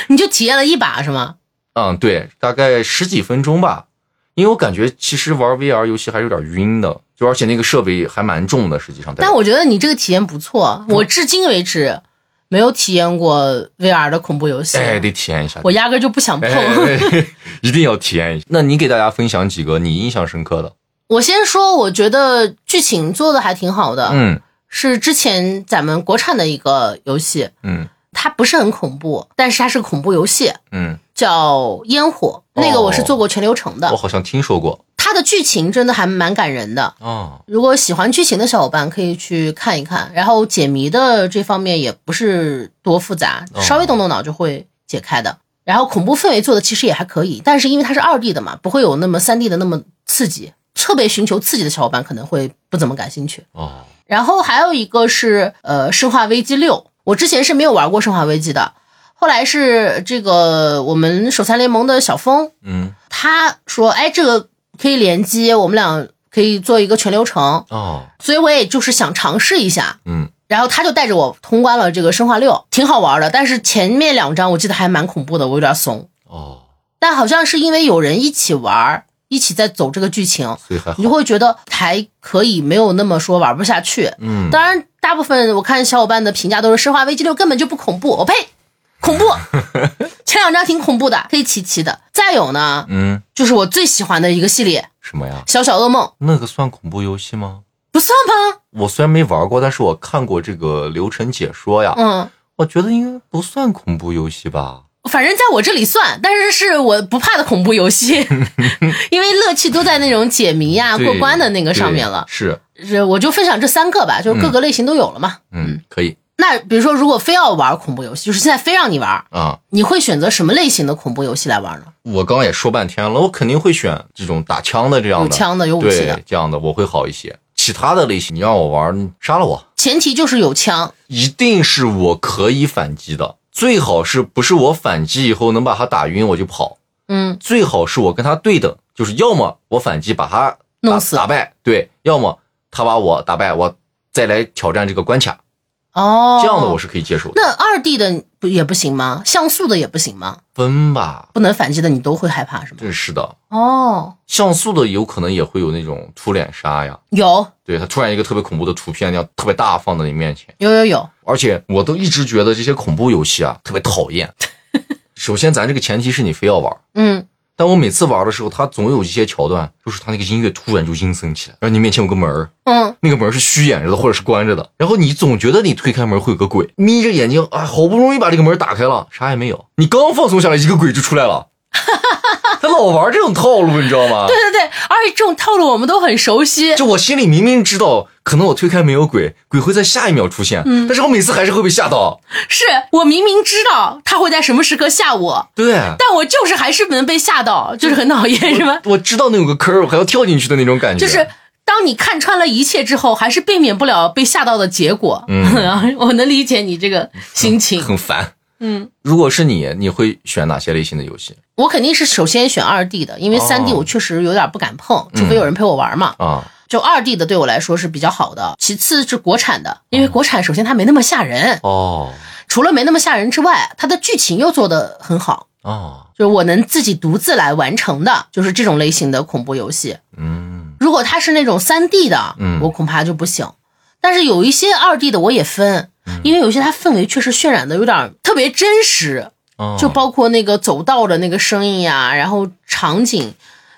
A: 你就体验了一把是吗？
B: 嗯，对，大概十几分钟吧，因为我感觉其实玩 VR 游戏还是有点晕的，就而且那个设备还蛮重的，实际上。
A: 但我觉得你这个体验不错，
B: 嗯
A: 我至今为止没有体验过 VR 的恐怖游戏，
B: 哎，得体验一下。
A: 我压根儿就不想碰。
B: 哎哎哎 *laughs* 一定要体验一下。那你给大家分享几个你印象深刻的？
A: *laughs* 我先说，我觉得剧情做的还挺好的，
B: 嗯
A: 是之前咱们国产的一个游戏，
B: 嗯
A: 它不是很恐怖，但是它是恐怖游戏，
B: 嗯，
A: 叫《烟火》，那个我是
B: 哦
A: 做过全流程的，
B: 我好像听说过。
A: 它的剧情真的还蛮感人的。
B: 哦，
A: 如果喜欢剧情的小伙伴可以去看一看，然后解谜的这方面也不是多复杂，
B: 哦
A: 稍微动动脑就会解开的。然后恐怖氛围做的其实也还可以，但是因为它是二 D 的嘛，不会有那么三 D 的那么刺激。特别寻求刺激的小伙伴可能会不怎么感兴趣。
B: 哦，
A: 然后还有一个是呃《生化危机六》，我之前是没有玩过《生化危机》的，后来是这个我们手残联盟的小峰
B: 嗯，
A: 他说，哎，这个可以联机，我们俩可以做一个全流程，
B: 哦，
A: 所以我也就是想尝试一下。
B: 嗯，
A: 然后他就带着我通关了这个生化六，挺好玩的。但是前面两章我记得还蛮恐怖的，我有点怂。
B: 哦，
A: 但好像是因为有人一起玩，一起在走这个剧情，
B: 所以还好
A: 你。就会觉得还可以，没有那么说玩不下去。
B: 嗯，
A: 当然，大部分我看小伙伴的评价都是《生化危机六》根本就不恐怖，我呸，恐怖。前两章挺恐怖的，黑漆漆的。再有呢，
B: 嗯，
A: 就是我最喜欢的一个系列
B: 什么呀？
A: 《小小噩梦》，
B: 那个算恐怖游戏吗？
A: 不算吧？
B: 我虽然没玩过，但是我看过这个流程解说呀。
A: 嗯，
B: 我觉得应该不算恐怖游戏吧？
A: 反正在我这里算，但是是我不怕的恐怖游
B: *laughs*
A: 戏，因为乐趣都在那种解谜呀、
B: 对
A: 过关的那个上面了
B: 对。是，
A: 这我就分享这三个吧，就是各个类型都有了嘛。
B: 嗯，可以
A: 那比如说，如果非要玩恐怖游戏，就是现在非让你玩，
B: 啊。
A: 你会选择什么类型的恐怖游戏来玩呢？
B: 我刚刚也说半天了，我肯定会选这种打枪的这样的，
A: 有枪的，有武器的
B: 对，这样的我会好一些。其他的类型，你让我玩杀了我，
A: 前提就是有枪。
B: 一定是我可以反击的，最好是不是我反击以后能把他打晕我就跑，
A: 嗯，
B: 最好是我跟他对等，就是要么我反击把他打
A: 弄死
B: 打败，对，要么他把我打败，我再来挑战这个关卡，
A: 哦，
B: 这样的我是可以接受的。
A: 那二 D 的不也不行吗？像素的也不行吗？
B: 分吧，
A: 不能反击的你都会害怕是吗？
B: 真是的，
A: 哦，
B: 像素的有可能也会有那种突脸杀呀，
A: 有
B: 对他突然一个特别恐怖的图片，那样特别大放在你面前，
A: 有有有，
B: 而且我都一直觉得这些恐怖游戏啊特别讨厌。首先，咱这个前提是你非要玩，
A: 嗯，
B: 但我每次玩的时候，它总有一些桥段，就是它那个音乐突然就阴森起来，然后你面前有个门儿，
A: 嗯，
B: 那个门儿是虚掩着的或者是关着的，然后你总觉得你推开门会有个鬼，眯着眼睛啊，好不容易把这个门打开了，啥也没有，你刚放松下来，一个鬼就出来了，他老玩这种套路，你知道吗？
A: 对对对，而且这种套路我们都很熟 *laughs* 悉。
B: 就我心里明明知道，可能我推开没有鬼，鬼会在下一秒出现，
A: 嗯
B: 但是我每次还是会被吓到。
A: 是我明明知道他会在什么时刻吓我，
B: 对，
A: 但我就是还是能被吓到，就是很讨厌，是吗？
B: 我知道那有个坑儿，我还要跳进去的那种感觉。
A: 就是当你看穿了一切之后，还是避免不了被吓到的结果。 *laughs* 嗯，我能理解你这个心情。
B: 很烦。嗯，如果是你，你会选哪些类型的游戏
A: 我肯定是首先选二 D 的，因为三 D
B: 哦嗯
A: 我确实有点不敢碰，除非有人陪我玩嘛。
B: 啊？
A: 就二 D 的对我来说是比较好的，其次是国产的，因为国产首先它没那么吓人，
B: 哦
A: 除了没那么吓人之外，它的剧情又做得很好，
B: 哦，
A: 就是我能自己独自来完成的，就是这种类型的恐怖游戏。
B: 嗯
A: 如果它是那种三 D 的，
B: 嗯
A: 我恐怕就不行。但是有一些二 D 的我也分，
B: 嗯
A: 因为有一些它氛围确实渲染的有点儿特别真实，
B: 哦，
A: 就包括那个走道的那个声音呀、然后场景。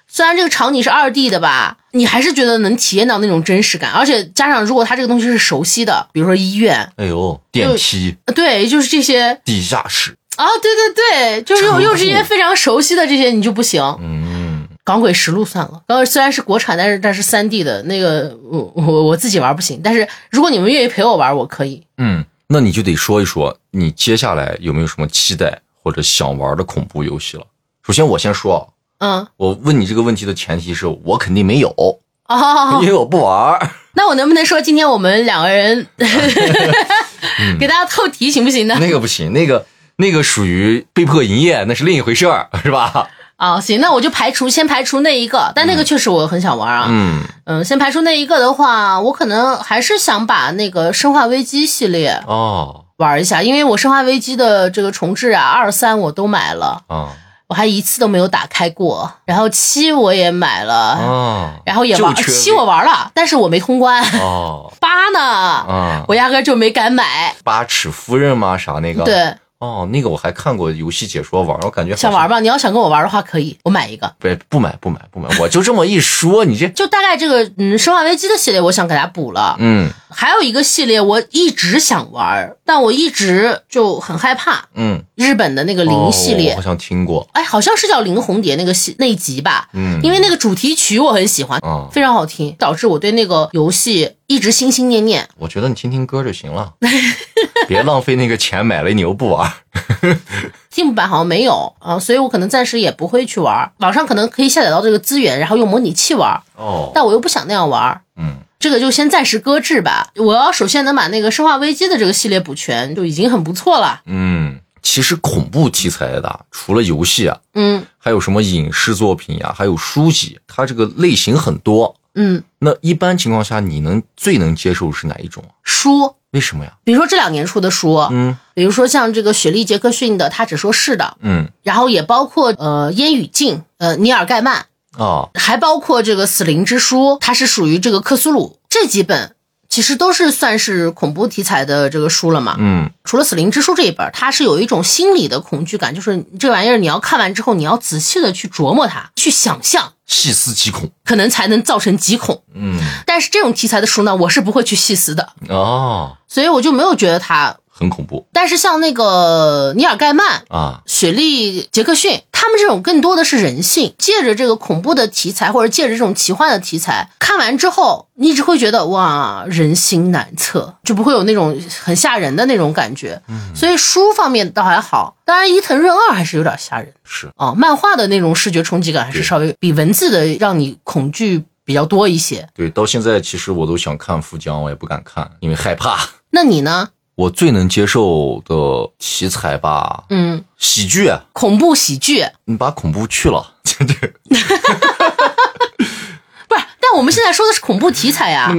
A: 虽然这个场景是二 D 的吧，你还是觉得能体验到那种真实感，而且加上如果它这个东西是熟悉的，比如说医院，
B: 哎呦，电梯、
A: 呃对，就是这些
B: 地下室，
A: 啊，对对对，就是又
B: 仓库
A: 又是一些非常熟悉的这些你就不行。
B: 嗯，
A: 港鬼实录算了，港鬼虽然是国产，但是但是三 D 的那个，我我我自己玩不行。但是如果你们愿意陪我玩，我可以。
B: 嗯，那你就得说一说你接下来有没有什么期待或者想玩的恐怖游戏了。首先，我先说啊，
A: 嗯，
B: 我问你这个问题的前提是我肯定没有，
A: 哦，
B: 因为我不玩儿。
A: 那我能不能说今天我们两个
B: *laughs*
A: 人给大家透题行不行呢？
B: 嗯那个不行，那个那个属于被迫营业，那是另一回事儿，是吧？
A: 啊、行，那我就排除先排除那一个，但那个确实我很想玩啊。
B: 嗯，
A: 嗯，先排除那一个的话，我可能还是想把那个《生化危机》系列
B: 哦，
A: 玩一下，因为我《生化危机》的这个重置啊，二三我都买了。
B: 啊
A: 我还一次都没有打开过。然后七我也买了，
B: 啊
A: 然后也玩
B: 就缺
A: 七我玩了，但是我没通关。
B: *laughs* 哦
A: 八呢，
B: 啊，
A: 我压根儿就没敢买。
B: 八尺夫人吗？啥那个？，
A: 对，
B: 哦，那个我还看过游戏解说玩儿，我感觉好像
A: 想玩吧？你要想跟我玩的话，可以，我买一个。
B: 不不买不买不买，我就这么一说，你这
A: 就大概这个，嗯，《生化危机》的系列，我想给它补了。
B: 嗯
A: 还有一个系列，我一直想玩，但我一直就很害怕
B: 嗯，
A: 日本的那个零系
B: 哦我
A: 列
B: 好。像听过，
A: 哎，好像是叫《零红蝶》那个系那一集吧，
B: 嗯，
A: 因为那个主题曲我很喜欢，
B: 啊、
A: 非常好听，导致我对那个游戏一直心心念念。
B: 我觉得你听听歌就行
A: *laughs*
B: 了，别浪费那个钱买了你又不玩儿。
A: Steam 版好像没有啊，所以我可能暂时也不会去玩。网上可能可以下载到这个资源，然后用模拟器玩，
B: 哦，
A: 但我又不想那样玩，
B: 嗯
A: 这个就先暂时搁置吧。我要首先能把那个《生化危机》的这个系列补全，就已经很不错了。
B: 嗯，其实恐怖题材的除了游戏啊，
A: 嗯
B: 还有什么影视作品呀、还有书籍，它这个类型很多。
A: 嗯，
B: 那一般情况下，你能最能接受是哪一种啊？
A: 书，
B: 为什么呀？
A: 比如说这两年出的书，
B: 嗯
A: 比如说像这个雪莉·杰克逊的《他只说是的》，
B: 嗯
A: 然后也包括呃《烟雨镜》呃尼尔盖曼，
B: 啊
A: 还包括这个《死灵之书》，它是属于这个克苏鲁这几本。其实都是算是恐怖题材的这个书了嘛，
B: 嗯
A: 除了《死灵之书》这一本，它是有一种心理的恐惧感，就是这玩意儿你要看完之后，你要仔细的去琢磨它，去想象，
B: 细思极恐。
A: 可能才能造成极恐。
B: 嗯
A: 但是这种题材的书呢，我是不会去细思的，
B: 哦，
A: 所以我就没有觉得它。
B: 很恐怖
A: 但是像那个尼尔盖曼、
B: 啊。
A: 雪莉杰克逊，他们这种更多的是人性，借着这个恐怖的题材，或者借着这种奇幻的题材，看完之后，你只会觉得哇，人心难测，就不会有那种很吓人的那种感觉。所以书方面倒还好，当然伊藤润二还是有点吓人
B: 是
A: 哦，漫画的那种视觉冲击感还是
B: 对
A: 稍微比文字的让你恐惧比较多一些。
B: 对，到现在其实我都想看富江，我也不敢看，因为害怕。 *laughs*
A: 那你呢？
B: 我最能接受的题材吧，
A: 嗯，
B: 喜剧。啊
A: 恐怖喜剧
B: 你把恐怖去了， *laughs* 这这
A: 不是？但我们现在说的是恐怖题材呀，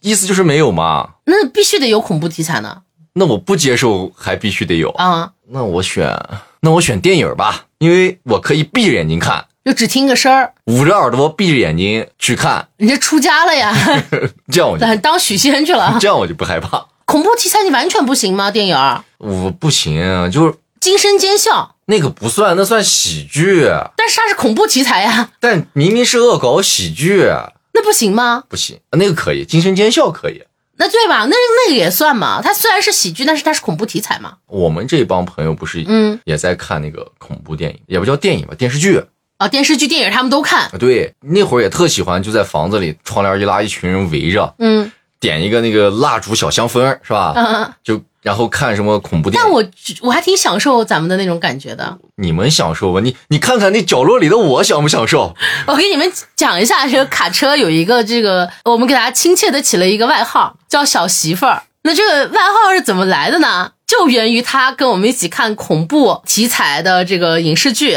B: 意思就是没有嘛？
A: 那必须得有恐怖题材呢
B: 那我不接受，还必须得有。
A: 啊。
B: 那我选，那我选电影吧，因为我可以闭着眼睛看，
A: 就只听个声儿，
B: 捂着耳朵闭着眼睛去看，
A: 人家出家了呀，
B: 这样我就
A: 当许仙去了 *laughs* 啊。
B: 这样我就不害怕。
A: 恐怖题材你完全不行吗？电影儿
B: 我不行，就是
A: 惊声尖笑，
B: 那个不算，那算喜剧，
A: 但是它是恐怖题材呀，
B: 但明明是恶搞喜剧，
A: 那不行吗？
B: 不行，那个可以，惊声尖笑可以，
A: 那对吧？那那个也算嘛。它虽然是喜剧，但是它是恐怖题材嘛。
B: 我们这帮朋友不是
A: 嗯，
B: 也在看那个恐怖电影，也不叫电影吧，电视剧。
A: 啊，电视剧、电影他们都看。
B: 啊对，那会儿也特喜欢，就在房子里窗帘一拉，一群人围着，
A: 嗯
B: 点一个那个蜡烛小香氛儿，是吧？
A: 嗯嗯，
B: 就然后看什么恐怖电
A: 但
B: 影。
A: 我我还挺享受咱们的那种感觉的。
B: 你们享受吧，你你看看那角落里的我享不享受？
A: 我给你们讲一下，这个卡车有一个这个，我们给他亲切的起了一个外号，叫小媳妇儿。那这个外号是怎么来的呢？就源于他跟我们一起看恐怖题材的这个影视
B: *laughs*
A: 剧。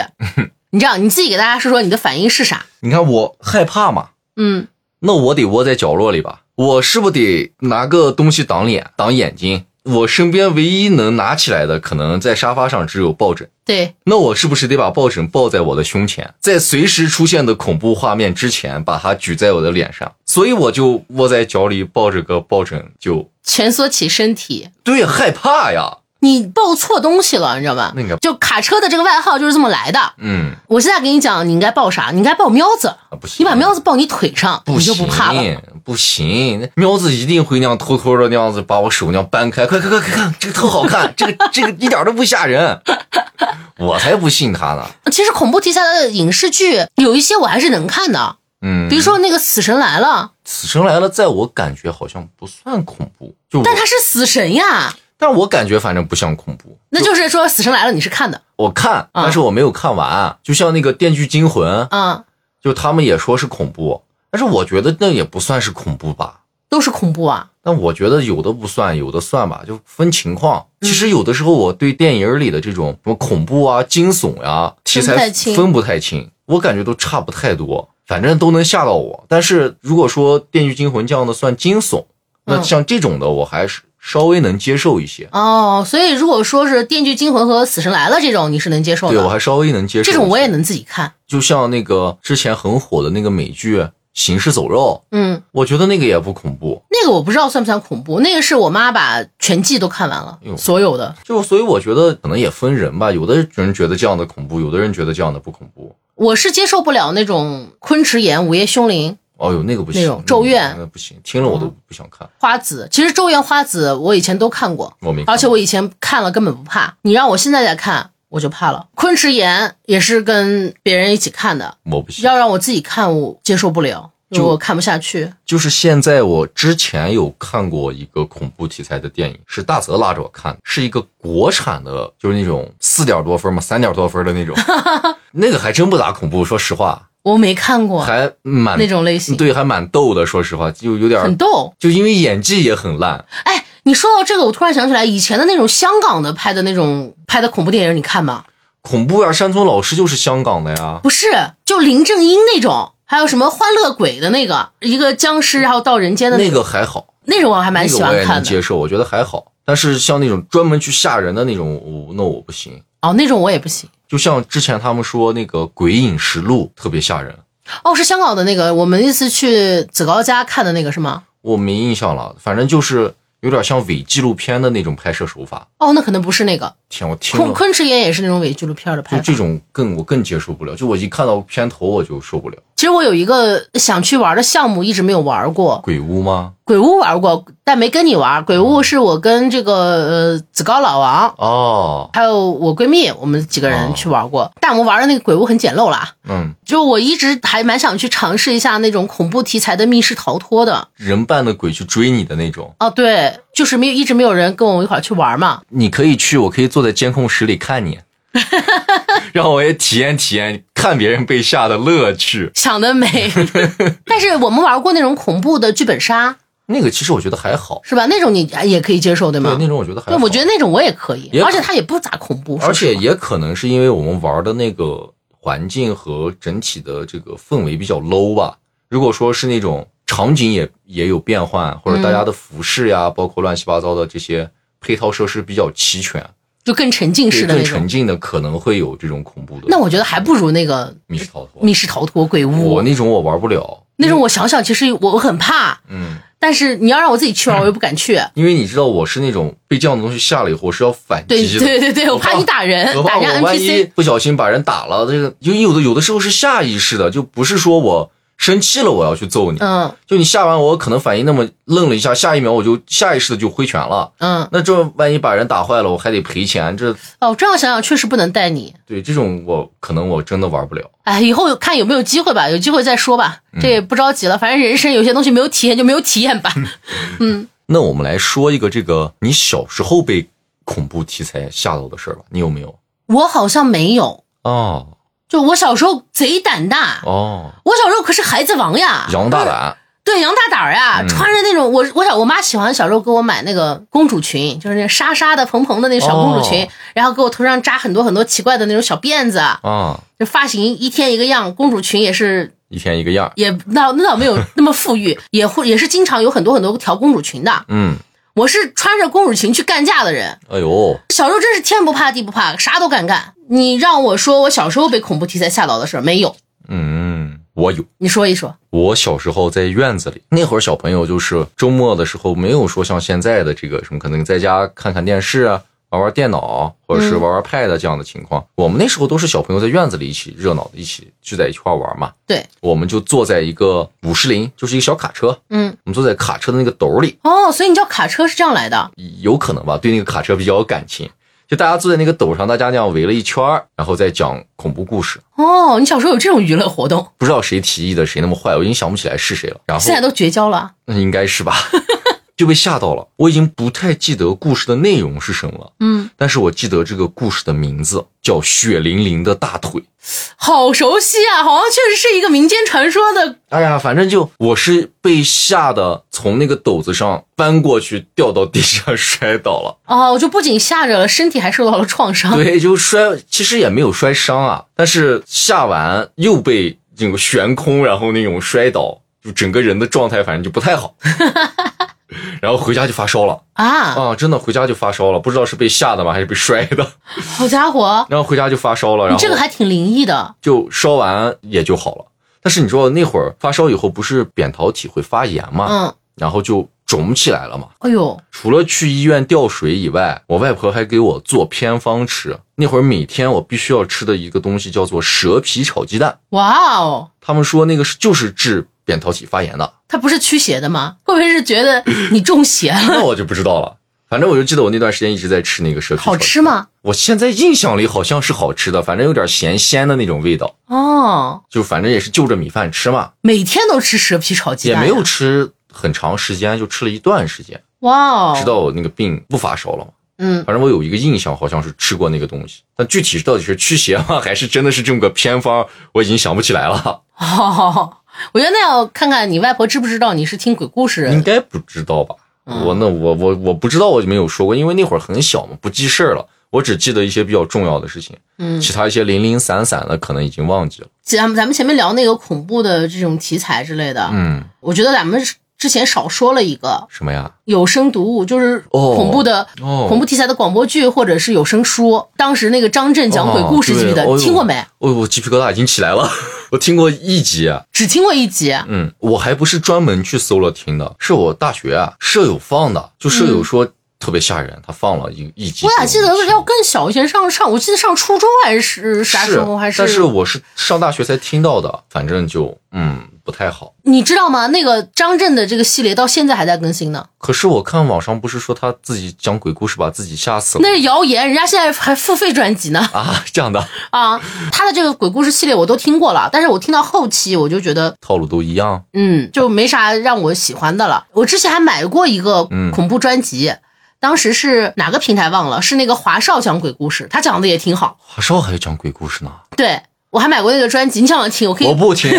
A: 你这样，你自己给大家说说你的反应是啥？
B: 你看我害怕嘛，
A: 嗯，
B: 那我得窝在角落里吧？我是不是得拿个东西挡脸、挡眼睛？我身边唯一能拿起来的，可能在沙发上只有抱枕。
A: 对，
B: 那我是不是得把抱枕抱在我的胸前，在随时出现的恐怖画面之前，把它举在我的脸上？所以我就窝在脚里抱着个抱枕，就
A: 蜷缩起身体。
B: 对害怕呀。
A: 你抱错东西了，你知道吧？
B: 那个
A: 就卡车的这个外号就是这么来的。
B: 嗯，
A: 我现在给你讲，你应该抱啥？你应该抱喵子。
B: 啊不
A: 你
B: 行，
A: 把喵子抱你腿上，
B: 不
A: 你就
B: 行，
A: 不怕了。
B: 不行，那喵子一定会那样偷偷的那样子把我手那样掰开，快快快快看，这个特好
A: *laughs*
B: 看，这个这个一点都不吓人，我才不信他呢。
A: 其实恐怖题材的影视剧有一些我还是能看的，
B: 嗯，
A: 比如说那个《死神来了
B: 死神来了，在我感觉好像不算恐怖，就我》，
A: 但它是死神呀，
B: 但我感觉反正不像恐怖。
A: 那就是说《死神来了》你是看的
B: 我看，
A: 啊
B: 但是我没有看完。就像那个《电锯惊魂》，
A: 啊、
B: 就他们也说是恐怖，但是我觉得那也不算是恐怖吧。
A: 都是恐怖啊。
B: 但我觉得有的不算，有的算吧，就分情况。
A: 嗯
B: 其实有的时候我对电影里的这种什么恐怖啊、惊悚呀、题
A: 分不
B: 材
A: 太清
B: 分不太清，我感觉都差不太多，反正都能吓到我。但是如果说《电锯惊魂》这样的算惊悚，那
A: 嗯
B: 像这种的我还是稍微能接受一些，
A: 哦，所以如果说是《电锯惊魂》和《死神来了》这种，你是能接受
B: 对我
A: 的，
B: 还稍微能接受一些。
A: 这种我也能自己看。
B: 就像那个之前很火的那个美剧《行尸走肉》，
A: 嗯，
B: 我觉得那个也不恐怖，
A: 那个我不知道算不算恐怖，那个是我妈把全季都看完了
B: 哎呦，
A: 所有的。
B: 就所以我觉得可能也分人吧，有的人觉得这样的恐怖，有的人觉得这样的不恐怖。
A: 我是接受不了那种昆池岩、午夜凶铃、
B: 哦呦，那个不行，
A: 那种咒怨
B: 那个不行，听了我都不想看，
A: 花子。其实《咒怨花子》我以前都看过，
B: 我没看。
A: 而且我以前看了根本不怕，你让我现在再看我就怕了。昆池岩也是跟别人一起看的，
B: 我不行，
A: 要让我自己看我接受不了，
B: 就
A: 就我看不下去。
B: 就是现在我之前有看过一个恐怖题材的电影，是大泽拉着我看的，是一个国产的，就是那种四点多分嘛，三点多分的
A: *laughs*
B: 那种，那个还真不咋恐怖，说实话，
A: 我没看过
B: 还蛮
A: 那种类型，
B: 对，还蛮逗的，说实话，就有点
A: 很逗。
B: 就因为演技也很烂，
A: 哎，你说到这个，我突然想起来，以前的那种香港的拍的那种拍的恐怖电影，你看吗？
B: 恐怖呀、山村老师就是香港的呀，
A: 不是，就林正英那种，还有什么欢乐鬼的那个，一个僵尸然后到人间的那
B: 那个还好，
A: 那种，我还蛮
B: 那
A: 喜
B: 个我
A: 欢
B: 也能
A: 看的。
B: 接受，我觉得还好。但是像那种专门去吓人的那种，我那我不行。
A: 哦，那种我也不行。
B: 就像之前他们说那个《鬼影实录》特别吓人，
A: 哦，是香港的那个，我们那次去子高家看的那个是吗？
B: 我没印象了，反正就是有点像伪纪录片的那种拍摄手法。
A: 哦，那可能不是那个
B: 天，我听
A: 昆
B: 了
A: 昆池岩也是那种伪纪录片的拍法。
B: 就这种更我更接受不了，就我一看到片头我就受不了。
A: 其实我有一个想去玩的项目，一直没有玩过。
B: 鬼屋吗？
A: 鬼屋玩过，但没跟你玩。鬼
B: 嗯
A: 屋是我跟这个呃子高老王。
B: 哦，
A: 还有我闺蜜，我们几个
B: 哦
A: 人去玩过，但我们玩的那个鬼屋很简陋啦。
B: 嗯，
A: 就我一直还蛮想去尝试一下那种恐怖题材的密室逃脱的。
B: 人扮的鬼去追你的那种。
A: 哦，对，就是没有一直没有人跟我一块儿去玩嘛。
B: 你可以去，我可以坐在监控室里
A: *laughs*
B: 看你，让我也体验体验看别人被吓的乐趣。
A: 想得
B: *laughs*
A: 美，但是我们玩过那种恐怖的剧本杀，
B: 那个其实我觉得还好，
A: 是吧？那种你也可以接受，对
B: 对
A: 吗？
B: 那种我觉得还
A: 对，
B: 好。
A: 我觉得那种我也可以
B: 也，可
A: 而且它也不咋恐怖，说
B: 而且
A: 实话
B: 也可能是因为我们玩的那个环境和整体的这个氛围比较 low 吧。如果说是那种场景也也有变换，或者大家的服饰
A: 嗯
B: 呀，包括乱七八糟的这些配套设施比较齐全，
A: 就更沉浸
B: 对
A: 式的
B: 更
A: 那
B: 沉
A: 种。
B: 浸的，可能会有这种恐怖的。
A: 那我觉得还不如那个
B: 密室逃脱，
A: 密室逃脱、鬼
B: 我
A: 屋
B: 那种我玩不了，
A: 那种，我想想，其实我我很怕，
B: 嗯。
A: 但是你要让我自己去玩，啊我又不敢去。
B: 因为你知道我是那种被这样的东西吓了以后是要反
A: 对
B: 击的，
A: 对对对，
B: 我
A: 我怕
B: 怕
A: 你打人
B: 我，怕
A: 打
B: 我
A: 人家
B: 万一
A: NPC。
B: 不小心把人打了，这个因为有的有的时候是下意识的，就不是说我生气了我要去揍你。
A: 嗯
B: 就你吓完我，可能反应那么愣了一下，下一秒我就下意识的就挥拳了。
A: 嗯，
B: 那这万一把人打坏了，我还得赔钱。这
A: 哦，这样想想确实不能带你。
B: 对这种我可能我真的玩不了。
A: 哎，以后看有没有机会吧，有机会再说吧，
B: 嗯
A: 这也不着急了。反正人生有些东西没有体验就没有体验吧。
B: 嗯那我们来说一个这个你小时候被恐怖题材吓到的事儿吧，你有没有？
A: *laughs* 我好像没有，
B: 哦
A: 就我小时候贼胆大，
B: 哦，
A: 我小时候可是孩子王呀，
B: 杨大胆，
A: 对杨大胆儿呀，穿着那种我我小我妈喜欢小时候给我买那个公主裙，就是那纱纱的、蓬蓬的那小公主裙，
B: 哦
A: 然后给我头上扎很多很多奇怪的那种小辫子，
B: 啊，
A: 这发型一天一个样，公主裙也是
B: 一天一个样儿。
A: 也那那倒没有那么富裕，也会也是经常有很多很多条公主裙的。
B: 嗯，
A: 我是穿着公主裙去干架的人，
B: 哎呦，
A: 小时候真是天不怕地不怕，啥都敢干。你让我说我小时候被恐怖题材吓到的事儿没有？
B: 嗯，我有。
A: 你说一说。
B: 我小时候在院子里，那会儿小朋友就是周末的时候，没有说像现在的这个什么，可能在家看看电视啊，玩玩电脑，或者是玩玩 Pad 这样的情况。我们那时候都是小朋友在院子里一起热闹的，一起聚在一块儿玩嘛。
A: 对，
B: 我们就坐在一个五十铃，就是一个小卡车，
A: 嗯，
B: 我们坐在卡车的那个斗里，
A: 哦，所以你叫卡车是这样来的。
B: 有可能吧，对那个卡车比较有感情。就大家坐在那个斗上，大家那样围了一圈儿，然后再讲恐怖故事。
A: 哦，你小时候有这种娱乐活动，
B: 不知道谁提议的，谁那么坏，我已经想不起来是谁了。然后
A: 现在都绝交了啊。
B: 那应该是吧， *laughs* 就被吓到了。我已经不太记得故事的内容是什么了，
A: 嗯，
B: 但是我记得这个故事的名字叫《血淋淋的大腿》。
A: 好熟悉啊，好像确实是一个民间传说的。
B: 哎呀，反正就我是被吓得从那个斗子上翻过去，掉到地上 *laughs* 摔倒了。
A: 哦，就不仅吓着了，身体还受到了创伤。
B: 对，就摔，其实也没有摔伤啊，但是吓完又被那种悬空，然后那种摔倒，就整个人的状态反正就不太好。 *laughs* 然后回家就发烧了
A: 啊，
B: 啊！真的回家就发烧了，不知道是被吓的吗，还是被摔的。
A: 好家伙，
B: 然后回家就发烧了，然
A: 你
B: 后啊
A: 这个还挺灵异的。
B: 就烧完也就好了。但是你知道那会儿发烧以后不是扁桃体会发炎嘛，
A: 嗯，
B: 然后就肿起来了嘛。
A: 哎呦，
B: 除了去医院吊水以外，我外婆还给我做偏方吃。那会儿每天我必须要吃的一个东西叫做蛇皮炒鸡蛋，
A: 哇哦，
B: 他们说那个是就是治扁桃体发
A: *laughs*
B: 炎的，
A: 他不是驱邪的吗？会不会是觉得你中邪了？
B: 那我就不知道了。反正我就记得我那段时间一直在吃那个蛇皮
A: 好
B: 炒鸡蛋
A: 吃？吗？
B: 我现在印象里好像是好吃的，反正有点咸鲜的那种味道，
A: 哦，
B: 就反正也是就着米饭吃嘛。
A: 每天都吃蛇皮炒鸡
B: 也
A: 蛋呀，
B: 没有吃很长时间，就吃了一段时间，
A: 哇哦，
B: 直到我那个病不发烧了嘛。
A: 嗯，
B: 反正我有一个印象，好像是吃过那个东西，但具体到底是驱邪吗，还 *laughs* 是真的是这么个偏方，我已经想不起来了，
A: 哦，我觉得那要看看你外婆知不知道你是听鬼故事
B: 应
A: 人。
B: 该不知道吧？
A: 嗯
B: 我那我我我不知道，我就没有说过，因为那会儿很小嘛，不记事儿了。我只记得一些比较重要的事情，
A: 嗯，
B: 其他一些零零散散的可能已经忘记了。
A: 咱们咱们前面聊那个恐怖的这种题材之类的，
B: 嗯，
A: 我觉得咱们之前少说了一个
B: 什么呀？
A: 有声读物，就是
B: 哦
A: 恐怖的、
B: 哦
A: 恐怖题材的广播剧或者是有声书。当时那个张震讲鬼故事，
B: 哦
A: 记
B: 对
A: 不记得？
B: 哦呦
A: 听过没？
B: 哦，我鸡皮疙瘩已经起来了。 *laughs* 我听过一集，啊
A: 只听过一集。
B: 嗯，我还不是专门去搜了听的，是我大学啊舍友放的，就舍友说特别吓人，他放了一一集。
A: 我咋记得要更小一些？上上，我记得上初中还是啥时候？还
B: 但是我是上大学才听到的，反正就嗯不太好。
A: 你知道吗？那个张震的这个系列到现在还在更新呢。
B: 可是我看网上不是说他自己讲鬼故事把自己吓死了
A: 那是谣言，人家现在还付费专辑呢。
B: 啊？这样的
A: 啊，他的这个鬼故事系列我都听过了，但是我听到后期我就觉得
B: 套路都一样。
A: 嗯，就没啥让我喜欢的了。我之前还买过一个
B: 嗯
A: 恐怖专辑，当时是哪个平台忘了，是那个华少讲鬼故事，他讲的也挺好。
B: 华少还有讲鬼故事
A: *laughs*
B: 呢，
A: 对我还买过那个专辑，你想想听，我可
B: 我
A: 以
B: 不听，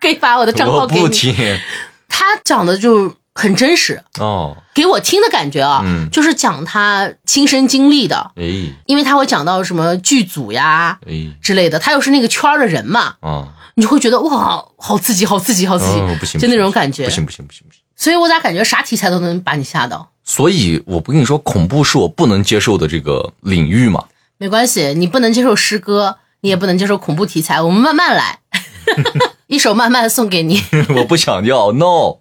A: 可以把我的账
B: 我
A: 号给
B: 不
A: 你。
B: 听 *laughs*
A: 他讲的就很真实，
B: 哦。
A: 给我听的感觉啊，
B: 嗯
A: 就是讲他亲身经历的，
B: 哎
A: 因为他会讲到什么剧组呀。
B: 哎
A: 之类的，他又是那个圈儿的人嘛，
B: 啊，
A: 你就会觉得哇，好刺激，好刺激，好刺激，
B: 嗯不行，
A: 就那种感觉
B: 不。行不行不行不行。
A: 所以我咋感觉啥题材都能把你吓到？
B: 所以我不跟你说，恐怖是我不能接受的这个领域嘛。 *laughs*
A: 没关系，你不能接受诗歌，你也不能接受恐怖题材，我们慢慢来， *laughs* 一首慢慢送给你。 *laughs*
B: 我不想要，no。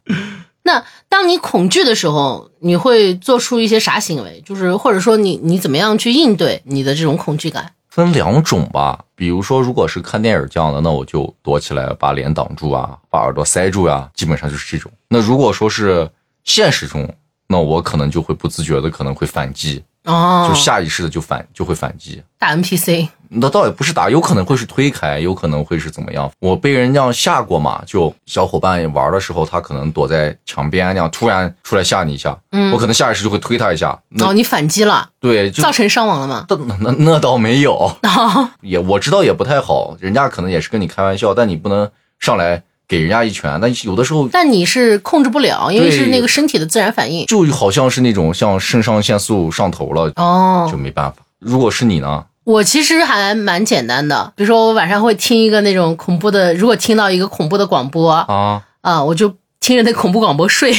A: 那当你恐惧的时候，你会做出一些啥行为？就是或者说你你怎么样去应对你的这种恐惧感？
B: 分两种吧。比如说，如果是看电影这样的，那我就躲起来把脸挡住啊，把耳朵塞住呀、啊基本上就是这种。那如果说是现实中，那我可能就会不自觉的可能会反击，
A: 哦
B: 就，下意识的就反就会反击。
A: 打 NPC
B: 那倒也不是打，有可能会是推开，有可能会是怎么样。我被人这样吓过嘛，就小伙伴玩的时候，他可能躲在墙边那样，突然出来吓你一下，
A: 嗯
B: 我可能下意识就会推他一下。那、
A: 哦，你反击了，
B: 对，就
A: 造成伤亡了吗？
B: 那那那倒没有，
A: *laughs* 哦，
B: 也我知道也不太好，人家可能也是跟你开玩笑，但你不能上来给人家一拳。但有的时候
A: 但你是控制不了，因为
B: 对
A: 是那个身体的自然反应。
B: 就好像是那种像肾上腺素上头了，
A: 哦
B: 就，没办法。如果是你呢？
A: 我其实还蛮简单的，比如说我晚上会听一个那种恐怖的，如果听到一个恐怖的广播啊、
B: 啊，
A: 我就听着那恐怖广播睡，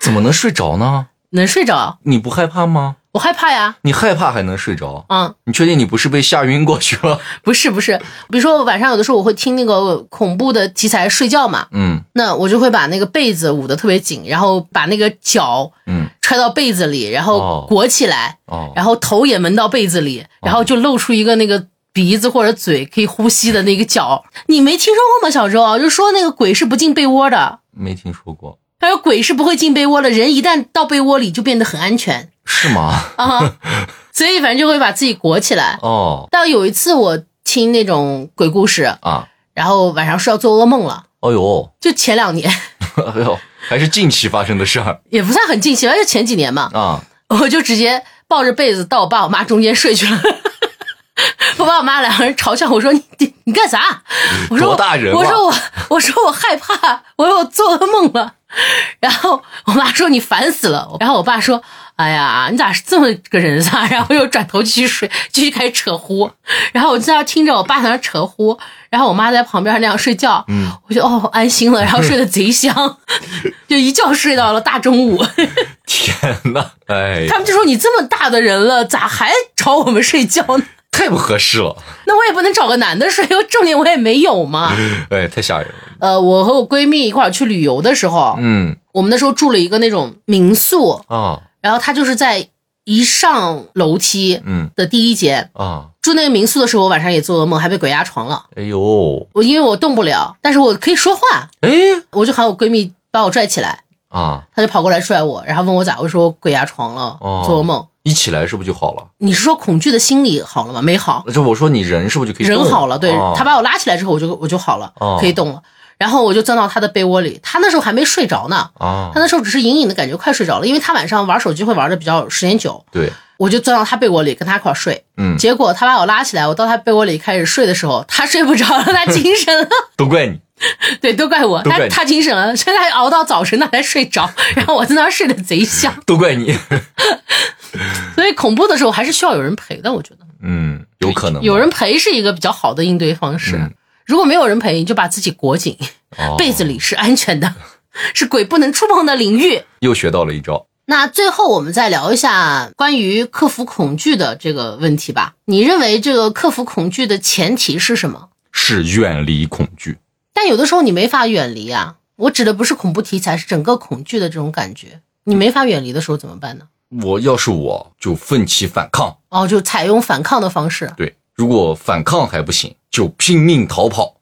B: 怎么能睡着呢？
A: 能睡着？
B: 你不害怕吗？
A: 我害怕呀，
B: 你害怕还能睡着？
A: 嗯，
B: 你确定你不是被吓晕过去 *laughs* 了？
A: 不是不是，比如说晚上有的时候我会听那个呃恐怖的题材睡觉嘛，
B: 嗯
A: 那我就会把那个被子捂得特别紧，然后把那个脚
B: 嗯
A: 揣到被子里，然
B: 哦
A: 后裹起来，
B: 哦，
A: 然后头也闷到被子里，然后就露出一个那个鼻子或者嘴可以呼吸的那个脚。你没听说过吗，小周？就说那个鬼是不进被窝的，
B: 没听说过，
A: 他说鬼是不会进被窝的，人一旦到被窝里就变得很安全
B: 是吗？
A: 啊，所以反正就会把自己裹起来。
B: 哦
A: 但有一次我听那种鬼故事，
B: 啊，
A: 然后晚上睡觉做噩梦了，
B: 哎呦， *laughs*
A: 就前两年 *laughs*
B: 哎呦，还是近期发生的事儿
A: 也不算很近期吧，就前几年嘛，
B: 啊。
A: 我就直接抱着被子到我爸我妈中间睡去了。我爸我妈两个人嘲笑我说：“你你你干啥？”我说我：“
B: 多大人了
A: 我说我我说我害怕，我说我做噩梦了。”然后我妈说：“你烦死了。”然后我爸说：“哎呀，你咋是这么个人啊？” *laughs* 然后又转头继续睡，继续开始扯呼。然后我就在那听着我爸在那扯呼，然后我妈在旁边那样睡觉。嗯，我就哦安心了，然后睡得贼
B: *laughs*
A: 香，就一觉睡到了大中午。
B: *laughs* 天呐，哎呀，
A: 他们就说你这么大的人了，咋还找我们睡觉呢？ *laughs*
B: 太不合适了，
A: 那我也不能找个男的睡，我重点我也没有嘛。
B: 哎，太吓人了。
A: 呃，我和我闺蜜一块儿去旅游的时候，
B: 嗯
A: 我们那时候住了一个那种民宿，
B: 啊，
A: 然后她就是在一上楼梯
B: 嗯
A: 的第一节。
B: 啊，
A: 住那个民宿的时候，我晚上也做噩梦，还被鬼压床了。
B: 哎呦，
A: 我因为我动不了，但是我可以说话，
B: 哎
A: 我就喊我闺蜜把我拽起来，
B: 啊，
A: 她就跑过来拽我，然后问我咋，我说我鬼压床了，
B: 哦
A: 做噩梦。
B: 一起来是不是就好了？
A: 你是说恐惧的心理好了吗？没好，
B: 就我说你人是不是就可以
A: 人
B: 动
A: 好了，对、
B: 啊
A: 他把我拉起来之后，我就我就好了，
B: 哦
A: 可以动了。然后我就钻到他的被窝里，他那时候还没睡着呢，
B: 啊
A: 他，那时候只是隐隐的感觉快睡着了，因为他晚上玩手机会玩的比较时间久，
B: 对，
A: 我就钻到他被窝里跟他一块儿睡。
B: 嗯，
A: 结果他把我拉起来，我到他被窝里开始睡的时候，他睡不着了，他精神
B: *laughs*
A: 了，
B: 都怪你，
A: 对，都怪我，
B: 都怪
A: 他
B: 你
A: 他精神了，所以他熬到早晨他才睡
B: *laughs*
A: 着，然后我在那儿睡得贼香，
B: 都怪你。
A: 所以恐怖的时候还是需要有人陪的，我觉得
B: 嗯，有可能吧
A: 有人陪是一个比较好的应对方式。
B: 嗯
A: 如果没有人陪，你就把自己裹紧。
B: 哦
A: 被子里是安全的， *laughs* 是鬼不能触碰的领域。
B: 又学到了一招。
A: 那最后我们再聊一下关于克服恐惧的这个问题吧。你认为这个克服恐惧的前提是什么？
B: 是远离恐惧。
A: 但有的时候你没法远离啊。我指的不是恐怖题材，是整个恐惧的这种感觉。你没法远离的时候怎么办呢？
B: 我要是我就奋起反抗，
A: 哦，就采用反抗的方式。
B: 对，如果反抗还不行，就拼命逃跑，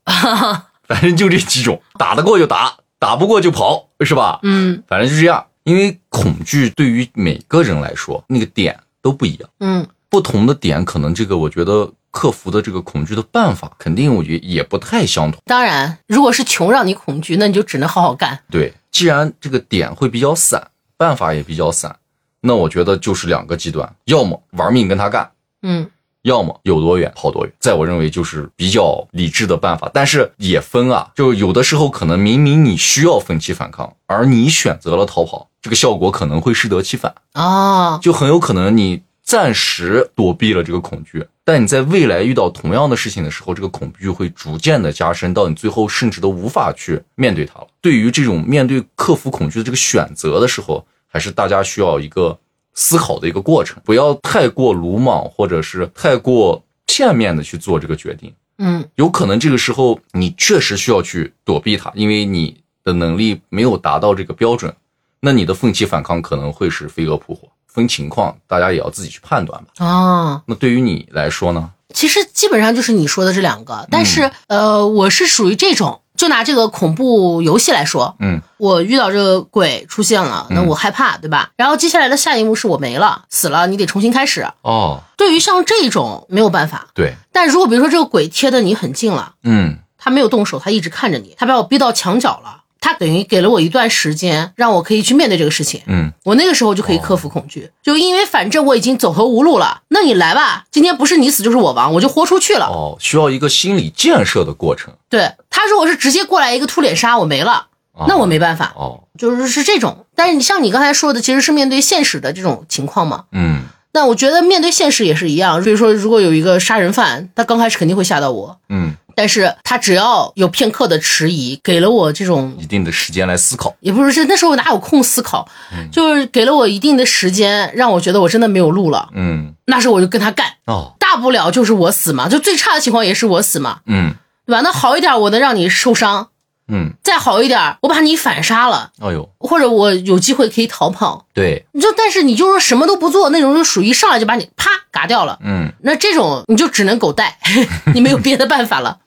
B: 反正就这几种，打得过就打，打不过就跑，是吧？
A: 嗯
B: 反正就这样，因为恐惧对于每个人来说，那个点都不一样，
A: 嗯
B: 不同的点可能这个我觉得克服的这个恐惧的办法，肯定我觉得也不太相同。
A: 当然，如果是穷让你恐惧，那你就只能好好干。
B: 对，既然这个点会比较散，办法也比较散，那我觉得就是两个极端，要么玩命跟他干，
A: 嗯
B: 要么有多远跑多远，在我认为就是比较理智的办法，但是也分啊，就是有的时候可能明明你需要奋起反抗，而你选择了逃跑，这个效果可能会适得其反，
A: 哦，
B: 就很有可能你暂时躲避了这个恐惧，但你在未来遇到同样的事情的时候，这个恐惧会逐渐的加深，到你最后甚至都无法去面对它了。对于这种面对克服恐惧的这个选择的时候，还是大家需要一个思考的一个过程，不要太过鲁莽或者是太过片面的去做这个决定。
A: 嗯
B: 有可能这个时候你确实需要去躲避它，因为你的能力没有达到这个标准，那你的奋起反抗可能会是飞蛾扑火。分情况，大家也要自己去判断吧。
A: 哦，
B: 那对于你来说呢？
A: 其实基本上就是你说的这两个，但是、呃，我是属于这种，就拿这个恐怖游戏来说，
B: 嗯，
A: 我遇到这个鬼出现了，那我害怕，对吧？然后接下来的下一幕是我没了，死了，你得重新开始。
B: 哦，
A: 对于像这种没有办法，
B: 对，
A: 但如果比如说这个鬼贴的你很近了，
B: 嗯
A: 他没有动手，他一直看着你，他把我逼到墙角了，他等于给了我一段时间，让我可以去面对这个事情。
B: 嗯，
A: 我那个时候就可以克服恐惧，就因为反正我已经走投无路了，那你来吧，今天不是你死就是我亡，我就豁出去了。
B: 哦，需要一个心理建设的过程。
A: 对他如果是直接过来一个秃脸杀，我没了，
B: 啊
A: 那我没办法，
B: 哦，
A: 就是是这种。但是你像你刚才说的，其实是面对现实的这种情况嘛。
B: 嗯
A: 那我觉得面对现实也是一样，比如说如果有一个杀人犯，他刚开始肯定会吓到我，
B: 嗯，
A: 但是他只要有片刻的迟疑，给了我这种
B: 一定的时间来思考。
A: 也不是是那时候我哪有空思考，就是给了我一定的时间，让我觉得我真的没有路了。
B: 嗯，
A: 那时候我就跟他干，
B: 哦，
A: 大不了就是我死嘛，就最差的情况也是我死嘛，
B: 嗯
A: 对吧？那好一点，我能让你受伤；
B: 嗯，
A: 再好一点，我把你反杀了，
B: 哎呦，
A: 或者我有机会可以逃跑。
B: 对，
A: 你就但是你就说什么都不做，那种就属于上来就把你啪嘎掉了。
B: 嗯
A: 那这种你就只能狗带， *laughs* 你没有别的办法了，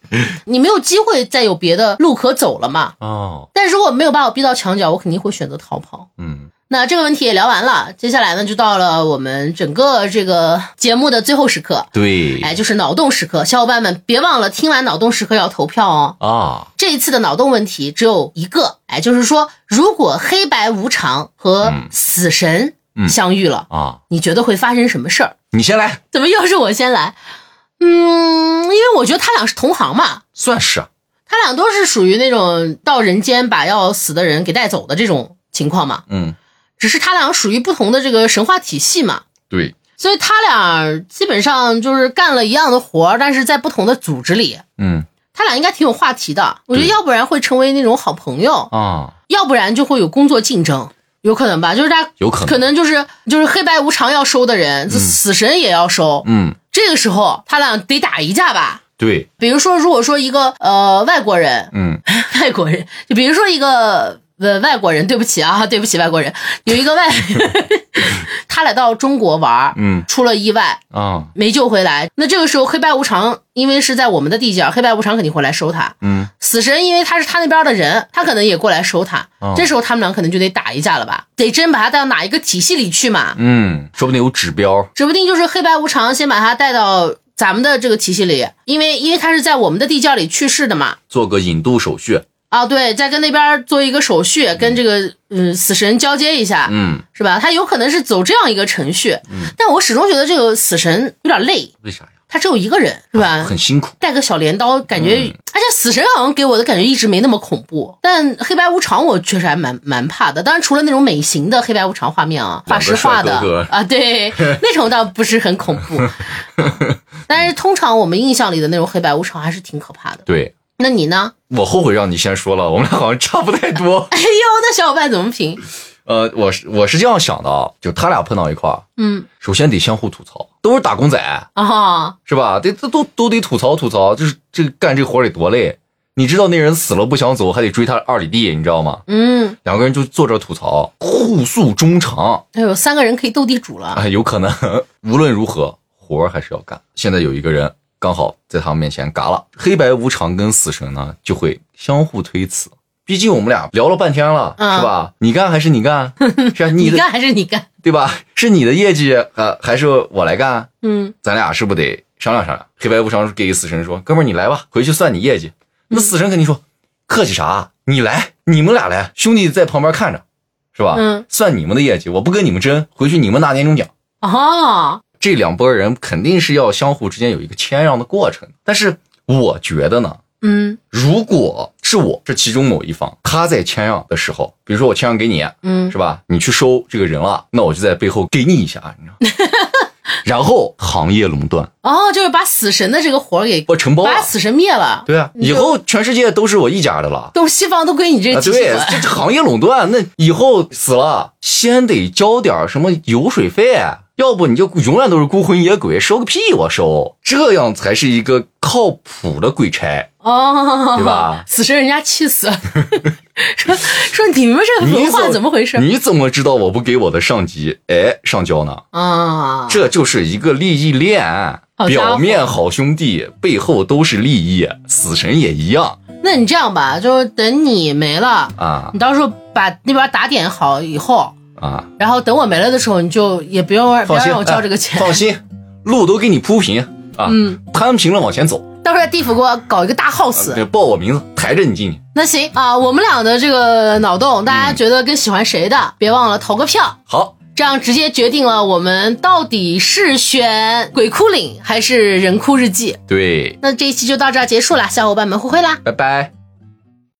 A: 你没有机会再有别的路可走了嘛。
B: 哦，
A: 但如果没有把我逼到墙角，我肯定会选择逃跑。
B: 嗯
A: 那这个问题也聊完了，接下来呢，就到了我们整个这个节目的最后时刻，
B: 对
A: 哎，就是脑洞时刻。小伙伴们别忘了，听完脑洞时刻要投票哦。
B: 啊，
A: 这一次的脑洞问题只有一个，哎，就是说，如果黑白无常和死神相遇了，
B: 啊，
A: 你觉得会发生什么事儿？
B: 你先来，
A: 怎么又是我先来？嗯，因为我觉得他俩是同行嘛，
B: 算是啊
A: 他俩都是属于那种到人间把要死的人给带走的这种情况嘛，
B: 嗯，
A: 只是他俩属于不同的这个神话体系嘛。
B: 对，
A: 所以他俩基本上就是干了一样的活儿，但是在不同的组织里，
B: 嗯
A: 他俩应该挺有话题的。我觉得
B: 对
A: 要不然会成为那种好朋友，
B: 啊，
A: 要不然就会有工作竞争，有可能吧？就是他
B: 有可能
A: 可能就是就是黑白无常要收的人，死神也要收。
B: 嗯，
A: 这个时候他俩得打一架吧？
B: 对，
A: 比如说，如果说一个呃外国人， *laughs*
B: 嗯
A: 外国人，就比如说一个呃外国人，对不起啊，对不起外国人，有一个外，
B: *laughs*
A: 他俩到中国玩儿，
B: 嗯
A: 出了意外，
B: 啊，
A: 没救回来。那这个时候黑白无常，因为是在我们的地界儿，黑白无常肯定会来收他。
B: 嗯
A: 死神因为他是他那边的人，他可能也过来收他。
B: 哦
A: 这时候他们俩可能就得打一架了吧？得真把他带到哪一个体系里去嘛？
B: 嗯，说不定有指标。
A: 指不定就是黑白无常先把他带到咱们的这个体系里，因为因为他是在我们的地界儿里去世的嘛。
B: 做个引渡手续，
A: 啊，对，再跟那边做一个手续，跟这个嗯死神交接一下，
B: 嗯，
A: 是吧？他有可能是走这样一个程序，但我始终觉得这个死神有点累，
B: 为啥呀？嗯
A: 他只有一个人，是吧？
B: 啊很辛苦，
A: 带个小镰刀，感觉，
B: 嗯
A: 而且死神好像给我的感觉一直没那么恐怖，但黑白无常我确实还蛮蛮怕的。当然，除了那种美型的黑白无常画面啊，
B: 两
A: 画
B: 个
A: 师画的
B: 帅哥哥
A: 啊，
B: *laughs*
A: 对，那种倒不是很恐怖。但是通常我们印象里的那种黑白无常还是挺可怕的。
B: 对
A: 那你呢？ *laughs*
B: 我后悔让你先说了，我们俩好像差不太多。 *laughs*
A: 哎呦，那小伙伴怎么评？
B: 呃，我是我是这样想的啊，就他俩碰到一块儿，
A: 嗯
B: 首先得相互吐槽，都是打工仔，
A: 啊、
B: 是吧？得都都都得吐槽吐槽，就是这个干这活儿得多累。你知道那人死了不想走，还得追他二里地，你知道吗？
A: 嗯，
B: 两个人就坐这吐槽，互诉衷肠
A: 哎呦，三个人可以斗地主了。
B: 啊，有可能 *laughs* 无论如何活儿还是要干。现在有一个人刚好在他们面前嘎了，黑白无常跟死神呢就会相互推辞。毕竟我们俩聊了半天了，
A: 嗯
B: 是吧？你干还是
A: *laughs*
B: 你干？是啊，
A: 你
B: 你的
A: 干还是你干？
B: 对吧？是你的业绩呃还是我来干？
A: 嗯，
B: 咱俩是不是得商量商量？黑白无常给死神说：“哥们儿，你来吧，回去算你业绩。”那死神肯定说：“客气啥？你来，你们俩来，兄弟在旁边看着，是吧？
A: 嗯
B: 算你们的业绩，我不跟你们争，回去你们拿年终奖。”
A: 哦，
B: 这两拨人肯定是要相互之间有一个谦让的过程。但是我觉得呢，
A: 嗯
B: 如果是我这其中某一方，他在谦让的时候，比如说我谦让给你，
A: 嗯
B: 是吧？你去收这个人了，那我就在背后给你一下，你知道
A: *laughs*
B: 吗？然后行业垄断，
A: 哦，就是把死神的这个活儿给
B: 我承包了
A: 把。死神灭了。
B: 对啊，
A: 你就
B: 以后全世界都是我一家的了。
A: 东西方都归你这
B: 啊，
A: 个体系
B: 对
A: 管。，
B: 这行业垄断，那以后死了，先得交点什么油水费，要不你就永远都是孤魂野鬼，收个屁我收，这样才是一个靠谱的鬼差。
A: 哦，
B: 对吧
A: *laughs* 死神人家气死了， *laughs* 说说你们这个
B: 你
A: 哎文化怎么回事
B: 你怎么知道我不给我的上级哎上交呢？
A: 啊？
B: 这就是一个利益链。
A: 好家伙
B: 表面好兄弟，背后都是利益，死神也一样
A: 那你这样吧，就是等你没了，
B: 啊
A: 你到时候把那边打点好以后，
B: 啊！
A: 然后等我没了的时候，你就也不用不
B: 放
A: 要
B: 心，
A: 让我交
B: 哎
A: 这个钱，
B: 放心，路都给你铺平啊，
A: 嗯，
B: 摊平了往前走，
A: 到时候地府给我搞一个大 house。
B: 啊对，报我名字，抬着你进去。
A: 那行啊，我们俩的这个脑洞，大
B: 嗯
A: 家觉得更喜欢谁的，别忘了投个票。
B: 好，
A: 这样直接决定了我们到底是选鬼哭岭还是人哭日记。
B: 对，
A: 那这一期就到这儿结束了，小伙伴们互惠啦！
B: 拜拜。